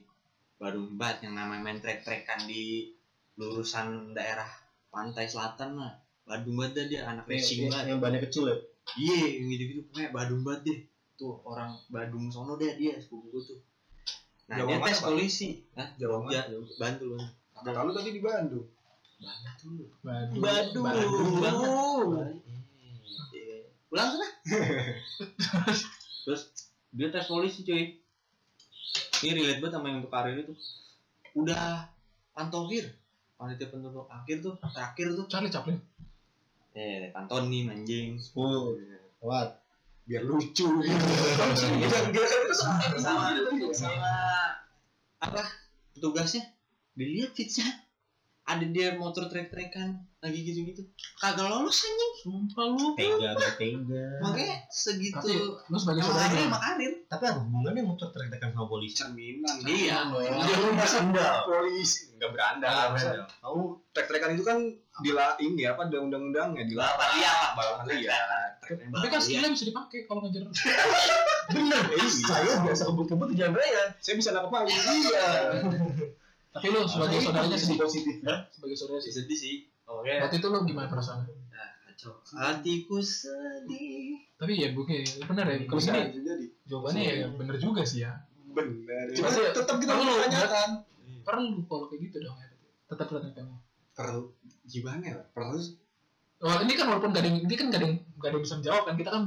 Speaker 4: Badung banget yang namanya main trek-trekan di lurusan daerah pantai selatan mah. Badung banget dah dia anak
Speaker 1: Iya,
Speaker 4: racing banget.
Speaker 3: Yang banyak kecil ya.
Speaker 4: Iya, yang gitu-gitu pokoknya Badung banget deh. Tuh orang Badung sono deh dia sepupu gua tuh. Nah,
Speaker 1: Jawa
Speaker 4: dia
Speaker 1: mana,
Speaker 4: tes
Speaker 1: Bang?
Speaker 4: polisi. Hah?
Speaker 1: Jawa
Speaker 4: Ya, Bantul. Bantul.
Speaker 1: kakak lu tadi di Bandung
Speaker 2: Badu.
Speaker 4: Badu.
Speaker 2: Badu. banget.
Speaker 4: Iya. Pulang sana. Terus dia tes polisi cuy. Ini relate banget sama yang untuk karir itu. Udah pantokir. Panitia penutup akhir tuh, terakhir tuh.
Speaker 2: Charlie Chaplin.
Speaker 4: Eh, pantonim anjing.
Speaker 1: Oh, what? Biar lucu.
Speaker 4: Sama sama apa? Petugasnya dilihat fitnya ada dia motor trek-trekan lagi gitu-gitu kagak lolos anjing sumpah lu
Speaker 3: Tega bertega.
Speaker 4: makanya segitu
Speaker 2: Tapi lu sebagai
Speaker 4: Yang karir
Speaker 2: saudaranya.
Speaker 4: sama karir
Speaker 3: Tapi apa hubungannya motor terdekat sama polisi?
Speaker 1: Cerminan.
Speaker 4: Iya.
Speaker 1: Iya, lu masa polisi nggak berandal. masa.
Speaker 3: Kamu
Speaker 1: Trek-trekan itu kan dila ini apa ada undang-undangnya Iya. dila
Speaker 4: balapan liar lah
Speaker 1: balapan liar.
Speaker 2: Tapi kan skillnya bisa dipakai kalau ngejar.
Speaker 3: bener,
Speaker 1: Iya.
Speaker 3: saya biasa kebut-kebut di jalan raya.
Speaker 1: Saya bisa nangkep payung. Iya.
Speaker 2: Tapi lu sebagai
Speaker 3: Nah,
Speaker 4: Iya.
Speaker 3: itu
Speaker 2: saudaranya
Speaker 3: sisi
Speaker 2: sedih.
Speaker 3: positifnya.
Speaker 2: Sebagai saudaranya sedih.
Speaker 4: sedih sih oke
Speaker 2: Waktu itu lu gimana perasaan?
Speaker 4: kacau hatiku sedih
Speaker 2: Tapi ya bukan benar ya. Kalau
Speaker 1: Bisa
Speaker 2: sini
Speaker 1: jadi Iya.
Speaker 2: jawabannya ya bener juga sih ya.
Speaker 1: benar. Cuma
Speaker 2: Tapi-
Speaker 1: tetap kita
Speaker 2: Tapi lu-
Speaker 1: menanyakan.
Speaker 2: Perlu kalau kayak gitu dong ya. Tetap perhatikan.
Speaker 1: Perlu gimana ya? Perlu
Speaker 2: Oh, ini kan walaupun gak ada yang, ini kan gak ada yang, gak ada yang bisa menjawab kan kita kan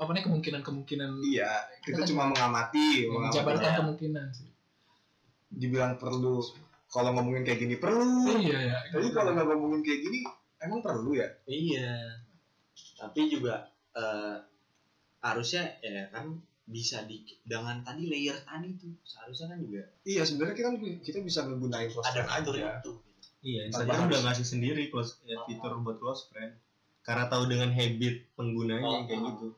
Speaker 2: apa nih kemungkinan-kemungkinan
Speaker 1: iya. Kita Hmm, cuma mengamati,
Speaker 2: yang
Speaker 1: mengamati.
Speaker 2: menjabarkan kemungkinan sih.
Speaker 1: Dibilang perlu. Kalau ngomongin kayak gini perlu.
Speaker 2: Iya ya.
Speaker 1: Tapi kalau nggak ngomongin kayak gini, emang perlu ya?
Speaker 4: iya tapi juga eh, harusnya ya kan bisa di dengan tadi layer tadi tuh seharusnya kan juga
Speaker 1: Iya, sebenarnya kita kita bisa menggunakan
Speaker 4: ada
Speaker 1: poster
Speaker 4: fitur
Speaker 1: aja.
Speaker 4: itu
Speaker 3: Iya,
Speaker 1: Padahal
Speaker 3: Instagram udah ngasih sendiri close, ya, fitur buat close friend. Karena tahu dengan habit penggunanya
Speaker 4: Oh,
Speaker 3: kayak
Speaker 4: oh.
Speaker 3: gitu.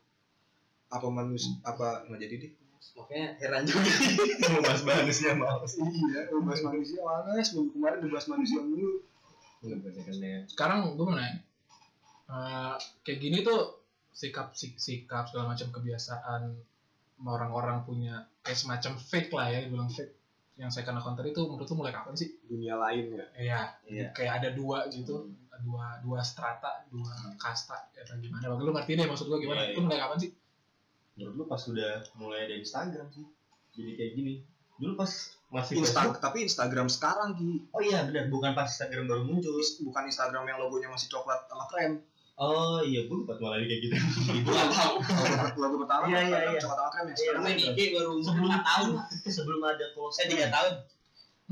Speaker 1: Apa manusia apa nggak jadi deh?
Speaker 4: makanya heran juga
Speaker 3: Mas bagusnya mau.
Speaker 1: Iya, bahas manusia males. Minggu kemarin udah bahas manusia dulu.
Speaker 2: Sekarang gue mau nanya. Eh, kayak gini tuh sikap sik- sikap segala macam kebiasaan orang-orang punya kayak semacam fake lah ya bilang fake yang saya kena counter itu menurut lu mulai kapan sih?
Speaker 1: Dunia lain ya.
Speaker 2: Iya,
Speaker 4: Iya.
Speaker 2: kayak ada dua gitu,
Speaker 3: Hmm.
Speaker 2: dua dua strata, dua kasta ya, atau gimana? Bagi lu ngerti deh maksud gue gimana?
Speaker 3: Iya, Hmm. iya.
Speaker 2: Itu mulai kapan sih?
Speaker 3: Menurut lu pas udah mulai ada Instagram sih. Jadi kayak gini. Dulu pas masih
Speaker 1: Insta
Speaker 3: Facebook.
Speaker 1: tapi Instagram sekarang Ki.
Speaker 3: Oh iya benar, bukan pas Instagram baru muncul.
Speaker 1: Bukan Instagram yang logonya masih coklat sama krem.
Speaker 3: Oh iya, gue lupa malah kayak gitu.
Speaker 4: gue gak tau
Speaker 1: Logo, logo pertama
Speaker 3: Iya, iya,
Speaker 1: Instagram
Speaker 3: iya.
Speaker 1: coklat sama krem ya.
Speaker 3: Iya,
Speaker 1: Sekarang
Speaker 4: main IG baru
Speaker 3: Sebelum-
Speaker 4: 4 tahun
Speaker 3: Sebelum ada close
Speaker 4: eh 3 tahun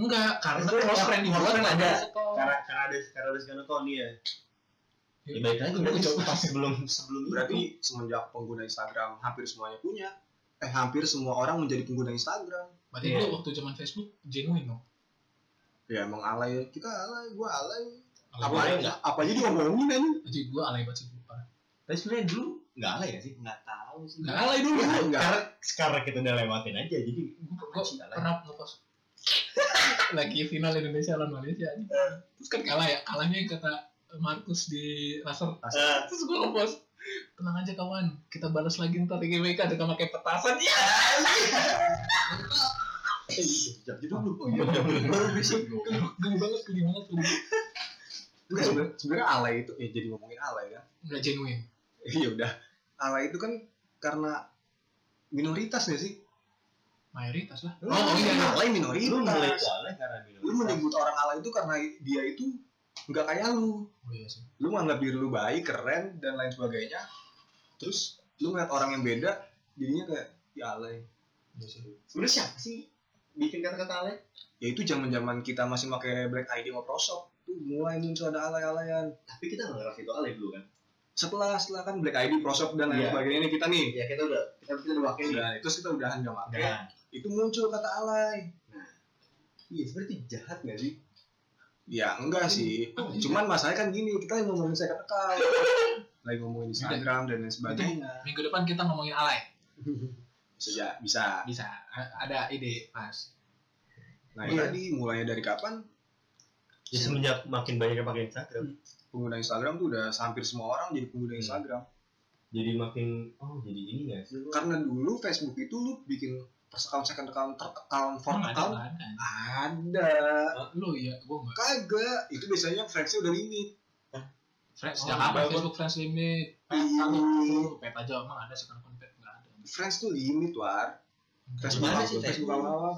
Speaker 2: Enggak, karena
Speaker 3: Maksudnya
Speaker 2: close
Speaker 3: yang-
Speaker 2: friend
Speaker 3: yang
Speaker 2: dibuat
Speaker 3: friend
Speaker 2: nggak
Speaker 3: kan ada.
Speaker 2: setahun.
Speaker 3: karena karena ada karena ada sekarang tuh nih ya. Ya baik lagi
Speaker 2: Gua
Speaker 3: berarti
Speaker 2: coba.
Speaker 3: pas sebelum sebelum
Speaker 1: berarti semenjak pengguna Instagram hampir semuanya punya. Eh hampir semua orang menjadi pengguna Instagram.
Speaker 2: Berarti
Speaker 3: Iya.
Speaker 2: lu waktu zaman Facebook genuine dong.
Speaker 1: Ya emang alay kita alay, gua alay. Apa
Speaker 2: Alay banget.
Speaker 1: aja apa aja diomongin aja.
Speaker 2: Jadi gua alay banget sih parah.
Speaker 3: Tapi sebenarnya dulu nggak ada ya sih.
Speaker 4: gak tau sih
Speaker 2: Enggak alay
Speaker 3: Iya,
Speaker 2: dulu.
Speaker 1: Enggak, Iya, enggak.
Speaker 3: Karena sekarang kita udah lewatin aja jadi
Speaker 2: Gua
Speaker 3: Masih alay.
Speaker 2: pernah ngepost lagi final Indonesia lawan Malaysia aja. Terus kan kalah ya, kalahnya yang kata Markus di laser.
Speaker 3: Eh,
Speaker 2: Terus gua ngepost tenang aja kawan, kita balas lagi ntar di GWK dengan pakai petasan. Iya.
Speaker 3: sejak itu dulu.
Speaker 2: Geli banget, geli banget. geli banget.
Speaker 1: Enggak, sebenarnya- sebenarnya alay itu ya jadi ngomongin alay kan.
Speaker 2: Enggak genuine.
Speaker 1: Iya udah. Alay itu kan karena minoritas ya sih.
Speaker 2: Mayoritas lah.
Speaker 1: Lu
Speaker 2: Oh, oh iya.
Speaker 1: alay
Speaker 3: Lu mulai
Speaker 1: minoritas.
Speaker 3: galak karena minum.
Speaker 1: Lu menyebut orang alay itu karena dia itu nggak kayak lu.
Speaker 2: Oh iya sih.
Speaker 1: Lu nganggap diri lu baik, keren dan lain sebagainya. Terus lu ngeliat orang yang beda, jadinya kayak ya alay.
Speaker 2: Iya sih.
Speaker 3: Sebenarnya siapa sih bikin kata-kata alay?
Speaker 1: Ya itu zaman-zaman kita masih pakai Black ID sama Prosop. Tuh mulai muncul ada alay-alayan.
Speaker 3: Tapi kita nggak ngerasa itu alay dulu kan?
Speaker 1: Setelah setelah kan Black ID, Prosop dan lain
Speaker 3: Iya.
Speaker 1: sebagainya ini kita nih.
Speaker 3: Ya kita udah kita kita udah pakai
Speaker 1: Udah, terus kita udahan nggak pakai.
Speaker 4: Iya.
Speaker 3: Nah,
Speaker 1: Itu muncul kata alay.
Speaker 3: iya seperti jahat nggak sih?
Speaker 1: Ya enggak sih.
Speaker 2: Oh, iya.
Speaker 1: Cuman masalahnya kan gini, kita yang ngomongin second account. Lagi ngomongin Instagram dan lain sebagainya.
Speaker 2: Minggu depan kita ngomongin alay.
Speaker 1: Sejak bisa.
Speaker 2: bisa A- ada ide pas
Speaker 1: Nah,
Speaker 3: Iya.
Speaker 1: tadi mulainya dari kapan?
Speaker 3: Ya semenjak makin banyak yang pakai Instagram,
Speaker 1: Pengguna Instagram tuh udah hampir semua orang jadi pengguna
Speaker 3: Hmm.
Speaker 1: Instagram.
Speaker 3: jadi makin oh jadi ini nggak sih? Lu-
Speaker 1: Karena dulu Facebook itu lu bikin first account, second account, third account, fourth
Speaker 2: Emang
Speaker 1: account.
Speaker 2: ada nggak
Speaker 1: Ada.
Speaker 2: ada lu ya gue nggak
Speaker 1: Kagak. Itu biasanya friends-nya udah limit.
Speaker 2: friends
Speaker 3: Oh,
Speaker 2: sejak kapan
Speaker 3: bagus.
Speaker 2: Facebook friends limit pet
Speaker 1: Iya.
Speaker 2: satu satu pet aja emang ada sekarang pun pet nggak ada
Speaker 1: Friends tuh limit, War.
Speaker 2: Nggak
Speaker 1: Facebook
Speaker 2: ada.
Speaker 4: Gimana
Speaker 1: awal,
Speaker 4: sih
Speaker 1: Facebook
Speaker 4: Facebook?
Speaker 1: awal-awal.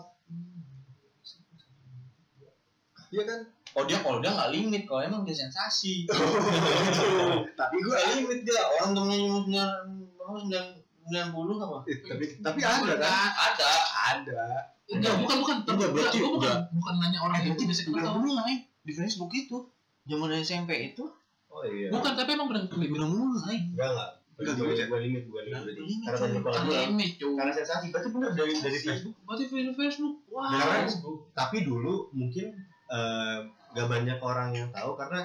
Speaker 1: Iya kan?
Speaker 4: Oh dia kalau dia nggak limit, kalau emang dia sensasi.
Speaker 1: tapi gue
Speaker 4: Nggak Iya, limit dia orang temennya cuma sembilan sembilan puluh apa?
Speaker 1: tapi tapi ada kan
Speaker 4: Ada.
Speaker 1: ada
Speaker 2: Enggak, bukan bukan.
Speaker 4: Enggak, berarti
Speaker 2: Gua bukan
Speaker 4: enggak.
Speaker 2: bukan nanya orang
Speaker 3: Iya,
Speaker 4: Eh,
Speaker 2: itu biasa
Speaker 4: Sembilan
Speaker 2: kenapa.
Speaker 4: puluh nggak di Facebook itu zaman SMP itu
Speaker 3: oh iya
Speaker 2: Bukan, tapi emang benar
Speaker 4: sembilan puluh nggak?
Speaker 3: enggak enggak
Speaker 1: Enggak,
Speaker 3: gue
Speaker 1: gue-
Speaker 3: gue limit gue limit berarti karena Iya. banyak
Speaker 2: Bukan
Speaker 3: orang
Speaker 2: limit, cuy.
Speaker 3: karena sensasi berarti bener dari dari Facebook
Speaker 2: Berarti Facebook- Facebook. Wah.
Speaker 3: Karena-
Speaker 2: Facebook.
Speaker 3: tapi dulu mungkin eh, nggak banyak orang yang tahu karena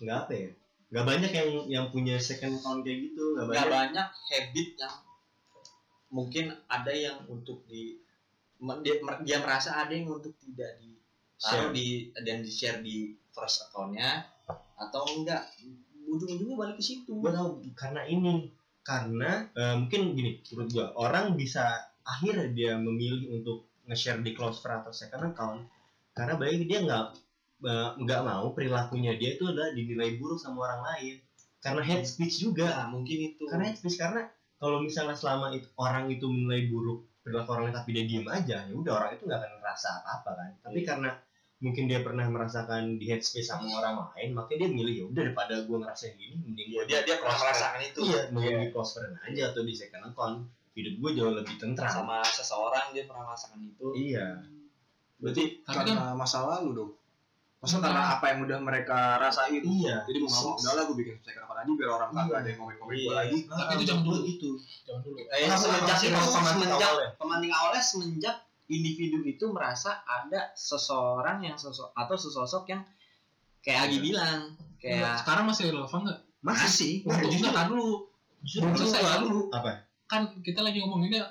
Speaker 3: nggak apa ya nggak banyak yang yang punya second account kayak gitu nggak
Speaker 4: nggak
Speaker 3: banyak
Speaker 4: banyak habit yang mungkin ada yang untuk di me- dia, mer- dia merasa ada yang untuk tidak di
Speaker 3: Share.
Speaker 4: taruh di dan di share di first accountnya atau enggak ujung-ujungnya balik ke situ
Speaker 3: gue tahu karena ini karena eh, mungkin gini menurut gue orang bisa akhirnya dia memilih untuk nge-share di close friend atau second account karena baik dia nggak eh, nggak mau perilakunya dia itu adalah dinilai buruk sama orang lain karena hate speech juga
Speaker 4: nah, mungkin itu
Speaker 3: karena hate speech karena kalau misalnya selama itu, orang itu menilai buruk perilaku orang lain tapi dia diem aja ya udah orang itu nggak akan ngerasa apa apa kan tapi
Speaker 4: Iya.
Speaker 3: karena mungkin dia pernah merasakan di hate speech sama orang lain makanya dia milih ya udah daripada gue ngerasain gini mending
Speaker 4: Iya,
Speaker 3: gua
Speaker 4: dia dia pernah
Speaker 3: close friend
Speaker 4: merasakan itu Iya.
Speaker 3: itu ya mau di close friend aja atau di second account hidup gue jauh lebih tentram
Speaker 4: sama seseorang dia pernah merasakan itu
Speaker 3: iya
Speaker 1: berarti
Speaker 2: Tapi kan,
Speaker 1: karena masa lalu dong masa
Speaker 2: Enggak.
Speaker 1: karena apa yang udah mereka rasain
Speaker 3: iya
Speaker 1: Nah. jadi mau nggak mau udah lah gue bikin second account aja biar orang kagak
Speaker 3: Iya.
Speaker 1: ada yang komen-komen
Speaker 4: Iya.
Speaker 1: gue lagi
Speaker 2: Tapi itu zaman dulu.
Speaker 3: itu
Speaker 2: Jangan dulu.
Speaker 4: eh,
Speaker 3: Orang masih
Speaker 4: semenjak itu
Speaker 3: merasa pemantik
Speaker 4: semenjak
Speaker 3: awalnya.
Speaker 4: pemantik awalnya semenjak individu itu merasa ada seseorang yang sosok atau sesosok yang kayak Agi bilang
Speaker 2: Enggak,
Speaker 4: kayak
Speaker 2: Sekarang masih relevan nggak?
Speaker 3: Nah,
Speaker 4: masih
Speaker 1: Nah,
Speaker 2: Untuk
Speaker 4: Untuk-
Speaker 2: enggak, tahan dulu. Belum
Speaker 4: Justru
Speaker 2: selesai
Speaker 4: nggak.
Speaker 2: dulu.
Speaker 3: Apa?
Speaker 2: Kan kita lagi ngomonginnya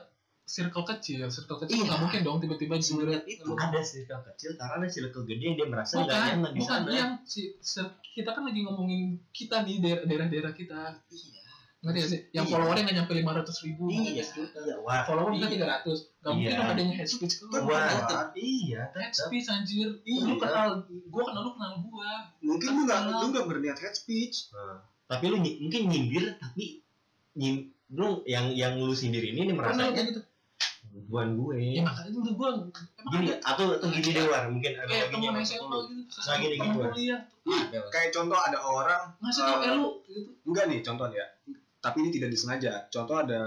Speaker 2: circle kecil, circle kecil
Speaker 4: Iya.
Speaker 2: nggak mungkin dong tiba-tiba sebenarnya
Speaker 4: sebenarnya itu
Speaker 3: ada circle kecil karena ada circle gede yang dia merasa nggak
Speaker 2: bukan
Speaker 3: nyaman di
Speaker 2: bukan
Speaker 3: sana
Speaker 2: yang si, se- kita kan lagi ngomongin kita di daer- daerah-daerah kita
Speaker 4: Iya.
Speaker 2: ngerti gak sih yang
Speaker 4: Iya.
Speaker 2: followernya nggak nyampe lima ratus ribu
Speaker 4: Iya.
Speaker 3: Iya, wah
Speaker 2: follower kita
Speaker 4: Iya.
Speaker 2: tiga ratus nggak mungkin
Speaker 3: Iya.
Speaker 2: dong ada yang head speech ke lu
Speaker 3: wah
Speaker 1: tetap.
Speaker 3: iya
Speaker 2: head
Speaker 3: tetap
Speaker 2: speech anjir
Speaker 3: Iya.
Speaker 2: lu kenal gua kenal lu kenal gua
Speaker 1: mungkin lu nggak lu nggak berniat hate speech
Speaker 3: Nah, tapi lu nyi- mungkin nyindir tapi nyim, lu yang yang lu sindir ini nih
Speaker 2: kenal
Speaker 3: merasa
Speaker 2: kayak gitu
Speaker 3: bukan
Speaker 2: ya
Speaker 3: gue
Speaker 2: makanya itu gua emang
Speaker 3: iya. gini
Speaker 2: ada
Speaker 3: atau atau gini deh war mungkin ada
Speaker 2: kayak
Speaker 3: lagi
Speaker 2: temen
Speaker 3: yang
Speaker 2: SMA gitu
Speaker 3: Nah, gini,
Speaker 2: temen
Speaker 3: gini,
Speaker 2: kuliah
Speaker 1: kayak contoh ada orang
Speaker 2: masih tau
Speaker 1: Eh.
Speaker 2: eh lu gitu
Speaker 1: enggak nih contoh ya tapi ini tidak disengaja contoh ada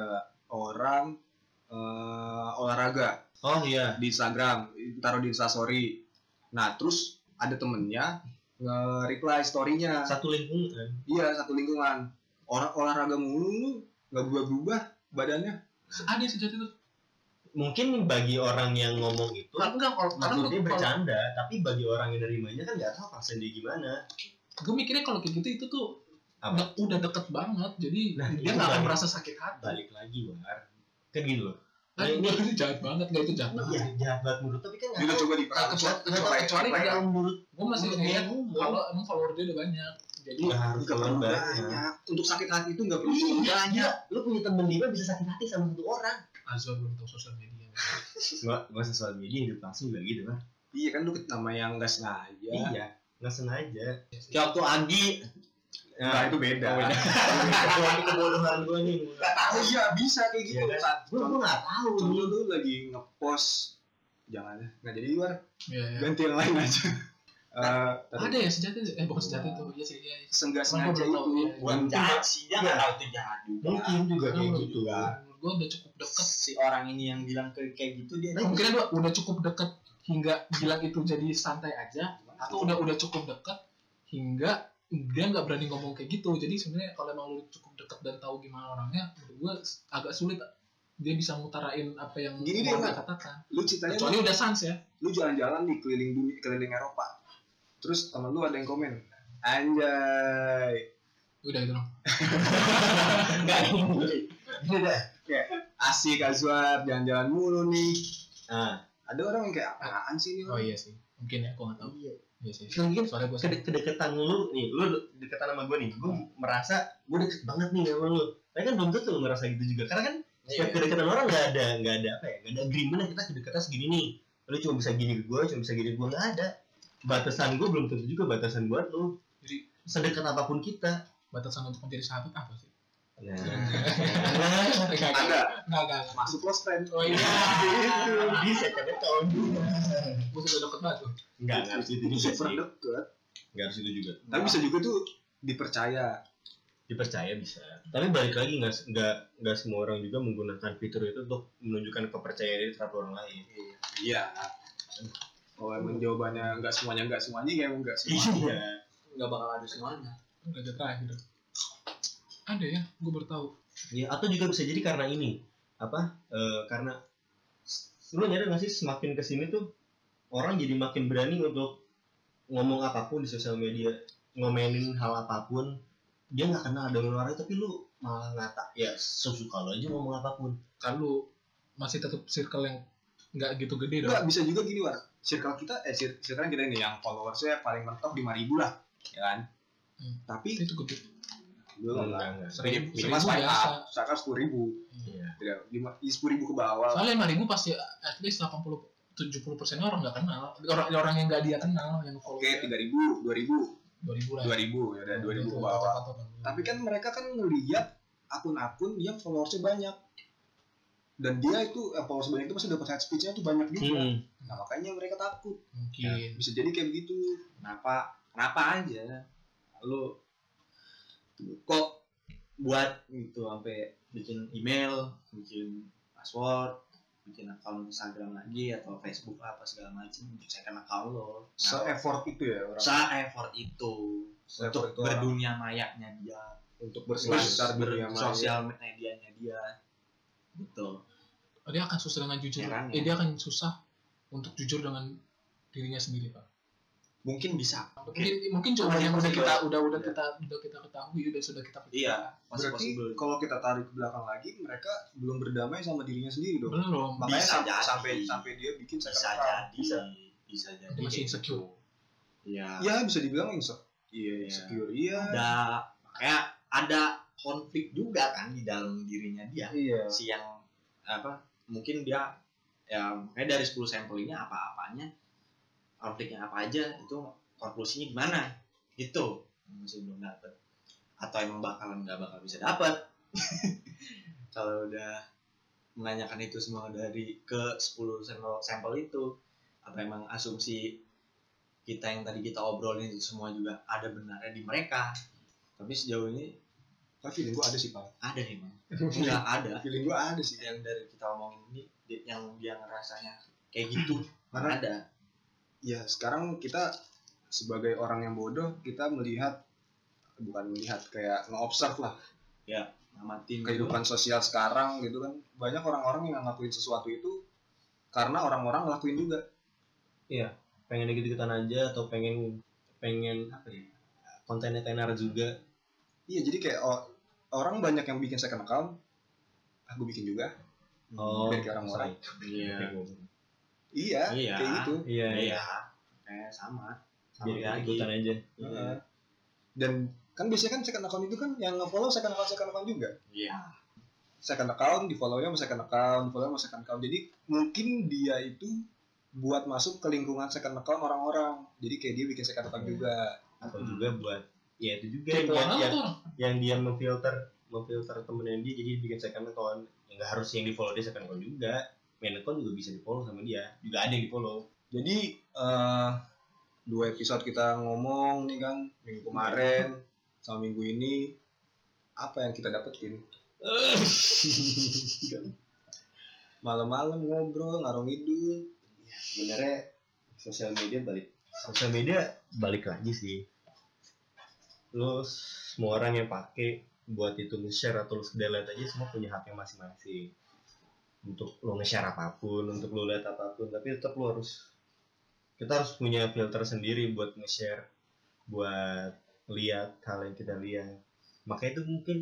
Speaker 1: orang eh, olahraga
Speaker 3: oh iya
Speaker 1: di Instagram, taruh di Instastory. Nah, terus ada temennya nge-reply story-nya.
Speaker 3: satu lingkungan
Speaker 1: Iya, satu lingkungan. Orang olahraga mulu lu, nggak berubah-berubah badannya.
Speaker 2: ada sejati itu
Speaker 3: mungkin bagi orang yang ngomong itu
Speaker 2: enggak kalau karena
Speaker 3: Maksudnya dia
Speaker 2: kalau-
Speaker 3: Nah, bercanda, tapi bagi orang yang nerimanya kan nggak tahu perasaan dia gimana.
Speaker 2: gue mikirnya kalau kayak gitu itu tuh
Speaker 3: Apa?
Speaker 2: de- udah deket banget jadi
Speaker 3: Nah,
Speaker 2: dia
Speaker 3: itu
Speaker 2: nggak akan
Speaker 3: balik.
Speaker 2: merasa sakit hati
Speaker 3: Balik lagi, War. Kan gitu loh.
Speaker 2: kan
Speaker 3: Nah, ini-
Speaker 2: itu jahat banget nggak itu jahat banget
Speaker 3: Iya, jahat banget menurut tapi kan
Speaker 1: Dia udah coba diperhatiin.
Speaker 2: Kecuali- kecuali- kecuali
Speaker 1: Reply-
Speaker 2: kayak-
Speaker 3: kalau menurut
Speaker 2: gue masih
Speaker 3: menurut dia
Speaker 2: ngeliat
Speaker 3: ngomong.
Speaker 2: kalau emang follower dia udah banyak jadi
Speaker 3: Nggak harus
Speaker 1: nggak perlu
Speaker 3: terlalu
Speaker 1: banyak.
Speaker 3: banyak.
Speaker 1: Untuk sakit hati itu nggak perlu
Speaker 3: Iya.
Speaker 1: banyak.
Speaker 3: lu punya temen lima bisa sakit hati sama satu orang.
Speaker 2: Azor belum tahu sosial media
Speaker 3: Gua gua sesuatu media hidup langsung juga gitu lah.
Speaker 1: Iya kan lu nama yang nggak sengaja.
Speaker 4: Ya.
Speaker 3: Iya, nggak sengaja.
Speaker 4: kayak
Speaker 3: Ya.
Speaker 4: waktu Agi
Speaker 1: Nah, itu beda.
Speaker 3: Oh,
Speaker 2: iya.
Speaker 3: beda. Kecuali kebodohan gua nih.
Speaker 1: Nggak tahu iya bisa kayak gitu.
Speaker 3: Iya,
Speaker 1: Saat-
Speaker 3: Gua gua nggak tahu.
Speaker 1: Contoh lu lagi ngepost jangan ya. Nggak jadi luar.
Speaker 2: ya, ya.
Speaker 1: Ganti yang lain aja. Eh, tapi
Speaker 2: ada ya sejati eh bukan sejati tuh ya sih ya, ya.
Speaker 1: seenggak
Speaker 2: Emang gua
Speaker 1: sengaja
Speaker 2: belum tahu,
Speaker 1: itu
Speaker 2: iya.
Speaker 1: bukan
Speaker 4: jahat sih dia nggak tahu itu jahat juga
Speaker 3: Mungkin juga kayak gitu kan.
Speaker 2: gue udah cukup deket
Speaker 4: si orang ini yang bilang ke kayak gitu dia
Speaker 2: Nah, mungkin gue udah cukup deket hingga bilang itu jadi santai aja atau udah udah cukup deket hingga dia nggak berani ngomong kayak gitu jadi sebenarnya kalau emang lu cukup deket dan tahu gimana orangnya menurut gue agak sulit dia bisa ngutarain apa yang
Speaker 1: Gini deh,
Speaker 2: mau
Speaker 1: Mat.
Speaker 2: dia katakan
Speaker 1: lu ceritanya
Speaker 2: kecuali udah sans ya
Speaker 1: lu jalan-jalan nih keliling dunia keliling Eropa terus temen lu ada yang komen anjay
Speaker 2: udah itu dong
Speaker 4: nggak
Speaker 1: asik Azwar jalan-jalan mulu nih
Speaker 3: Nah,
Speaker 1: ada orang yang kayak apaan sih ini
Speaker 2: oh
Speaker 1: orang?"
Speaker 2: iya sih mungkin ya aku nggak tahu
Speaker 3: iya.
Speaker 2: iya sih
Speaker 3: Mungkin
Speaker 2: soalnya gue
Speaker 3: Kede- kedeketan lu nih lu deketan sama gue nih gue
Speaker 4: Nah.
Speaker 3: merasa gue deket banget nih sama lu tapi kan belum tentu lu ngerasa gitu juga karena
Speaker 4: Iya.
Speaker 3: kan setiap kedekatan orang nggak ada nggak ada apa ya nggak ada agreement kita kedekatan segini nih lu cuma bisa gini ke gue cuma bisa gini ke gue nggak ada batasan gue belum tentu juga batasan buat lu
Speaker 2: Jadi-
Speaker 3: sedekat apapun kita
Speaker 2: batasan untuk menjadi sahabat apa sih
Speaker 3: Nah,
Speaker 2: Enggak, enggak,
Speaker 1: Ada
Speaker 2: enggak, enggak.
Speaker 1: masuk close friend.
Speaker 2: Oh iya,
Speaker 3: itu
Speaker 4: Nah.
Speaker 3: di second account.
Speaker 2: gue sudah deket banget tuh.
Speaker 3: Enggak, enggak harus itu juga
Speaker 1: Super
Speaker 3: sih.
Speaker 1: deket.
Speaker 3: Enggak harus itu juga.
Speaker 1: Tapi bisa juga tuh dipercaya.
Speaker 3: Dipercaya bisa. Tapi balik lagi enggak enggak enggak semua orang juga menggunakan fitur itu untuk menunjukkan kepercayaan diri terhadap orang lain.
Speaker 1: Iya. Kalau emang jawabannya nggak semuanya nggak semuanya ya emang nggak semuanya.
Speaker 3: Iya.
Speaker 4: nggak bakal ada semuanya
Speaker 2: Raja terakhir. Ada ya, gue baru tahu.
Speaker 3: Ya, atau juga bisa jadi karena ini apa? eh, karena lu nyadar nggak sih semakin kesini tuh orang jadi makin berani untuk ngomong apapun di sosial media, ngomelin hal apapun. Dia nggak kenal dengan orang tapi lu malah ngata ya sesuka lo aja ngomong apapun.
Speaker 2: Kalau masih tetap circle yang nggak gitu gede dong.
Speaker 1: Enggak bisa juga gini war. Circle kita eh cir- circle kita ini yang followersnya paling mentok lima ribu lah, ya kan?
Speaker 2: Hmm.
Speaker 1: Tapi
Speaker 2: Itu gede.
Speaker 1: gue nggak.
Speaker 2: Seribu,
Speaker 1: Minimal
Speaker 2: seribu
Speaker 1: sign
Speaker 2: biasa.
Speaker 1: up, misalkan sepuluh ribu,
Speaker 3: Iya.
Speaker 1: tidak lima sepuluh ribu ke bawah.
Speaker 2: Soalnya lima ribu pasti ya, at least 80 70 orang nggak kenal. Orang orang yang nggak dia kenal yang follow.
Speaker 1: Oke, tiga ribu, dua ribu,
Speaker 2: Dua ribu lah.
Speaker 1: dua ribu, ya udah dua ribu ke bawah. Tapi kan mereka kan ngeliat akun-akun yang followersnya banyak. Dan dia itu eh, followers banyak itu pasti dapat head speech-nya tuh banyak juga.
Speaker 3: Hmm.
Speaker 1: Nah, makanya mereka takut.
Speaker 4: Iya.
Speaker 1: Nah,
Speaker 2: mungkin
Speaker 1: Bisa jadi kayak begitu.
Speaker 4: kenapa kenapa aja lu kok buat gitu sampai bikin email bikin password bikin akun Instagram lagi atau Facebook apa segala macam untuk second account lo Nah,
Speaker 1: Se-effort itu ya orang.
Speaker 4: se-effort itu
Speaker 1: Se-effort
Speaker 4: untuk
Speaker 1: itu orang
Speaker 4: berdunia mayaknya dia
Speaker 1: untuk berselancar
Speaker 4: ber-
Speaker 1: dunia maya.
Speaker 4: sosial medianya dia gitu. betul
Speaker 2: dia akan susah dengan jujur.
Speaker 4: Ya kan,
Speaker 2: Eh,
Speaker 4: ya.
Speaker 2: dia akan susah untuk jujur dengan dirinya sendiri pak.
Speaker 4: mungkin bisa
Speaker 2: Mungkin mungkin cuma yang udah
Speaker 1: Iya.
Speaker 2: kita udah udah kita udah kita ketahui udah sudah kita
Speaker 4: iya masih
Speaker 1: Berarti
Speaker 4: possible
Speaker 1: kalau kita tarik ke belakang lagi, mereka belum berdamai sama dirinya sendiri dong.
Speaker 2: belum.
Speaker 1: Makanya
Speaker 4: Bisa
Speaker 1: sam-
Speaker 4: jadi.
Speaker 1: sampai sampai dia bikin second
Speaker 4: bisa
Speaker 1: account.
Speaker 4: jadi
Speaker 1: Bisa.
Speaker 4: bisa jadi
Speaker 2: Dia masih insecure.
Speaker 4: iya
Speaker 1: Ya bisa dibilang insecure.
Speaker 4: iya
Speaker 1: Insecure iya.
Speaker 4: ada makanya ada konflik juga kan di dalam dirinya dia
Speaker 1: Iya.
Speaker 4: si yang apa mungkin dia ya makanya dari 10 sampel ini apa-apanya konfliknya apa aja itu konklusinya gimana gitu masih belum dapet atau emang bakalan nggak bakal bisa dapet kalau udah menanyakan itu semua dari ke 10 sampel sampel itu apa emang asumsi kita yang tadi kita obrolin itu semua juga ada benarnya di mereka tapi sejauh ini
Speaker 1: Tapi feeling gua ada sih, Pak.
Speaker 4: ada emang nggak ada
Speaker 1: Feeling gua ada sih.
Speaker 4: yang dari kita omongin ini di- yang dia ngerasanya kayak gitu
Speaker 1: Karena
Speaker 4: ada
Speaker 1: ya sekarang kita sebagai orang yang bodoh kita melihat bukan melihat kayak nge-observe lah
Speaker 4: ngamatin
Speaker 1: kehidupan sosial sekarang gitu kan banyak orang-orang yang ngelakuin sesuatu itu karena orang-orang ngelakuin juga
Speaker 3: Pengen dikit-dikitan aja atau pengen pengen apa ya? Kontennya tenar juga.
Speaker 1: iya jadi kayak o- orang banyak yang bikin second account aku bikin juga
Speaker 3: Oh,
Speaker 1: Biar kayak orang-orang.
Speaker 4: iya
Speaker 1: iya
Speaker 4: Iya.
Speaker 1: kayak gitu
Speaker 3: Iya.
Speaker 4: iya kayak sama sama
Speaker 3: Biar
Speaker 4: kayak gitu. lagi
Speaker 3: ikut-ikutan aja.
Speaker 4: Iya.
Speaker 1: Heeh. dan kan biasanya kan second account itu kan yang nge-follow second account second account juga
Speaker 4: iya
Speaker 1: second account di follow-nya sama second account di follow sama second account jadi mungkin dia itu buat masuk ke lingkungan second account orang-orang jadi kayak dia bikin second account juga
Speaker 3: Atau juga buat ya itu juga
Speaker 2: Kayak
Speaker 3: Hmm. yang,
Speaker 2: orang
Speaker 3: yang,
Speaker 2: tuh
Speaker 3: yang dia memfilter memfilter temennya dia jadi bikin second account Ya, nggak harus yang di follow dia second account juga main account juga bisa di follow sama dia juga ada yang di follow
Speaker 1: jadi eh dua episode kita ngomong nih kan minggu kemarin sama minggu ini apa yang kita dapetin Kan? malam-malam ngobrol ngarung ngidul
Speaker 3: sebenarnya sosial media balik sosial media balik lagi sih lu semua orang yang pakai buat itu nge-share atau lu delete aja semua punya haknya masing-masing untuk lu nge-share apapun untuk lu lihat apapun tapi tetap lu harus kita harus punya filter sendiri buat nge-share buat lihat hal yang kita lihat makanya itu mungkin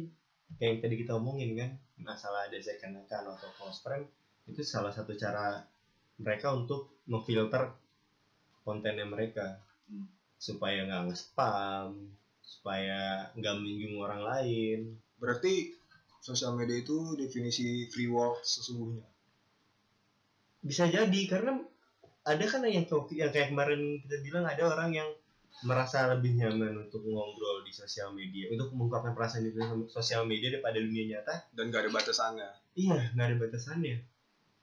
Speaker 3: kayak yang tadi kita omongin kan masalah ada second account atau close friend itu salah satu cara mereka untuk memfilter kontennya mereka
Speaker 4: Hmm.
Speaker 3: supaya nggak nge-spam supaya nggak menyinggung orang lain
Speaker 1: berarti sosial media itu definisi free world sesungguhnya
Speaker 3: bisa jadi karena ada kan yang yang kayak kemarin kita bilang ada orang yang merasa lebih nyaman untuk ngobrol di sosial media untuk mengungkapkan perasaan di sosial media daripada dunia nyata
Speaker 1: dan gak ada batasannya
Speaker 3: iya nggak ada batasannya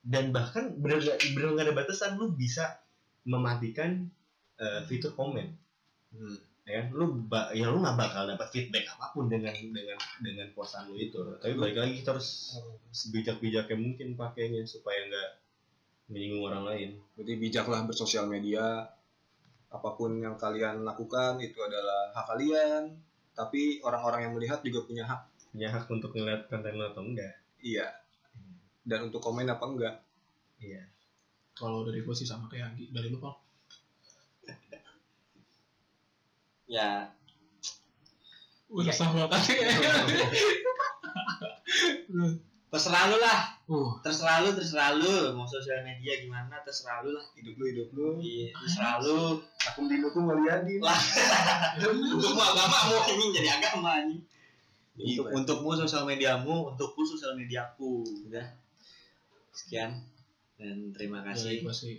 Speaker 3: dan bahkan bener nggak bener nggak ada batasan lu bisa mematikan eh, fitur komen ya lu ba- ya lu nggak bakal dapat feedback apapun dengan dengan dengan posan lu itu tapi balik lagi kita harus sebijak-bijaknya mungkin pakainya supaya nggak menyinggung orang lain
Speaker 1: jadi bijaklah bersosial media apapun yang kalian lakukan itu adalah hak kalian tapi orang-orang yang melihat juga punya hak
Speaker 3: punya hak untuk ngeliat konten lu atau enggak
Speaker 1: iya dan untuk komen apa enggak
Speaker 2: Kalau dari gue sih sama kayak Anggi. Dari lu, Paul?
Speaker 4: ya
Speaker 2: Udah
Speaker 4: Iya.
Speaker 2: sama kali.
Speaker 4: terserah lu lah
Speaker 2: Uh,
Speaker 4: terserah lu terserah lu mau sosial media gimana terserah lu lah
Speaker 1: hidup lu hidup lu
Speaker 4: iya terserah lu
Speaker 1: aku dinuku ngeliatin
Speaker 4: lah untukmu agama mau ini jadi agama ini untuk
Speaker 1: Iya.
Speaker 4: untukmu sosial mediamu untukku sosial mediaku udah sekian dan terima
Speaker 2: dari
Speaker 4: kasih
Speaker 2: gue sih.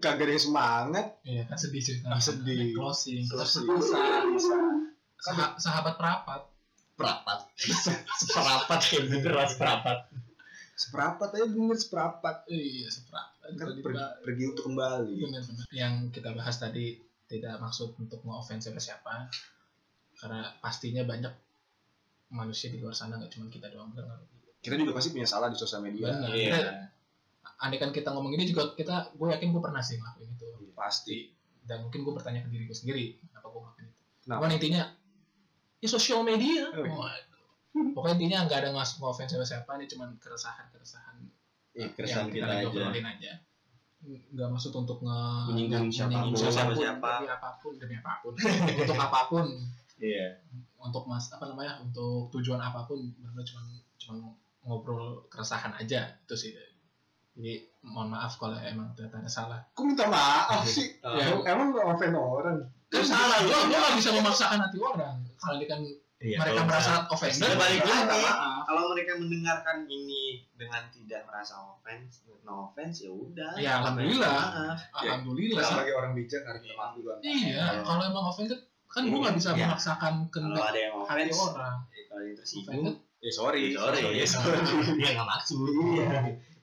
Speaker 1: kagak ada yang semangat
Speaker 2: Iya, kan sedih cerita.
Speaker 1: Ah, sedih. Kan
Speaker 2: Closing. Tetap
Speaker 1: Closing.
Speaker 2: berpisah. Saha- sahabat perapat.
Speaker 4: perapat
Speaker 3: seperapat kayak ya, bener lah seperapat
Speaker 1: seperapat aja bener seperapat
Speaker 2: Iya,
Speaker 1: kan
Speaker 2: seperapat. Tadi
Speaker 1: pergi,
Speaker 2: Pak,
Speaker 1: pergi untuk kembali
Speaker 2: Benar-benar. Yang kita bahas tadi tidak maksud untuk nge-offense siapa-siapa. Karena pastinya banyak manusia di luar sana nggak cuma kita doang benar
Speaker 1: kita juga pasti punya salah di sosial media
Speaker 2: Benar.
Speaker 4: iya.
Speaker 2: Kita- Andai kan kita ngomong ini juga kita, gue yakin gue pernah sih ngelakuin itu.
Speaker 1: pasti
Speaker 2: Dan mungkin gue bertanya ke diri gue sendiri, kenapa gue ngelakuin itu.
Speaker 1: Nah.
Speaker 2: Cuman intinya, ya sosial media.
Speaker 1: Oh, iya.
Speaker 2: Waduh. Pokoknya intinya nggak ada ngasih offense sama siapa, ini cuman keresahan-keresahan
Speaker 3: ya,
Speaker 2: yang
Speaker 3: keresahan kita
Speaker 2: lagi
Speaker 3: aja
Speaker 2: obrolin aja. Nggak maksud untuk nge
Speaker 3: Menyinggung siapapun.
Speaker 2: menyinggung siapapun,
Speaker 4: Siapa.
Speaker 2: demi apapun, demi apapun. untuk apapun,
Speaker 3: iya
Speaker 2: untuk mas apa namanya, untuk tujuan apapun, benar cuma cuma ngobrol keresahan aja itu sih. Jadi mohon maaf kalau emang ternyata ada salah.
Speaker 1: aku minta maaf sih
Speaker 4: Oh.
Speaker 1: Emang- emang nggak offend orang
Speaker 2: Terus salah lu, lu nggak bisa memaksakan hati orang. Kalau dia kan
Speaker 3: Iya,
Speaker 2: mereka
Speaker 3: kalau
Speaker 2: merasa
Speaker 3: misalnya-
Speaker 2: offended, ya,
Speaker 4: Dan balik
Speaker 2: mereka
Speaker 4: lagi.
Speaker 2: minta
Speaker 3: Ya.
Speaker 2: maaf.
Speaker 4: kalau mereka mendengarkan ini dengan tidak merasa offense no offense ya udah
Speaker 2: Ya, alhamdulillah.
Speaker 4: Maaf.
Speaker 1: kita
Speaker 2: Alhamdulillah.
Speaker 1: sebagai orang bijak harus minta maaf duluan
Speaker 3: Ya.
Speaker 2: Iya, kalau emang offended kan gue nggak bisa
Speaker 4: Iya.
Speaker 2: memaksakan
Speaker 4: kalau
Speaker 2: kehendak
Speaker 4: ada yang
Speaker 2: hati
Speaker 4: offense
Speaker 2: orang.
Speaker 4: eh, kalau ada yang tersinggung
Speaker 2: Offended,
Speaker 1: ya sorry
Speaker 4: Sorry.
Speaker 2: Iya.
Speaker 3: ya nggak maksud iya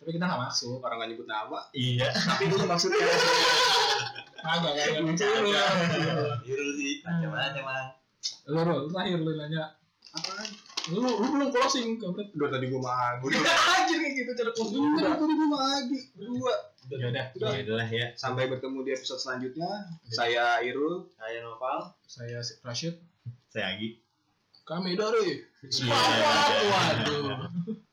Speaker 2: tapi kita nggak maksud.
Speaker 1: orang nggak nyebut nama
Speaker 3: iya
Speaker 1: tapi itu maksudnya
Speaker 2: Agak agak lucu lu.
Speaker 4: Yurul sih macam-macam Bang.
Speaker 2: Lu lu terakhir lu nanya
Speaker 1: apaan
Speaker 2: lu lu belum closing Nah, kampret.
Speaker 1: udah tadi gua sama Adi anjir kayak gitu cara closing udah tadi gua sama Adi berdua
Speaker 2: Ya udah,
Speaker 1: Udah.
Speaker 2: udah.
Speaker 3: adalah ya
Speaker 1: sampai bertemu di episode selanjutnya saya Irul
Speaker 4: saya Noval
Speaker 2: Saya Rashid.
Speaker 3: saya Agi
Speaker 2: Kami dari
Speaker 3: Iya.
Speaker 2: Waduh.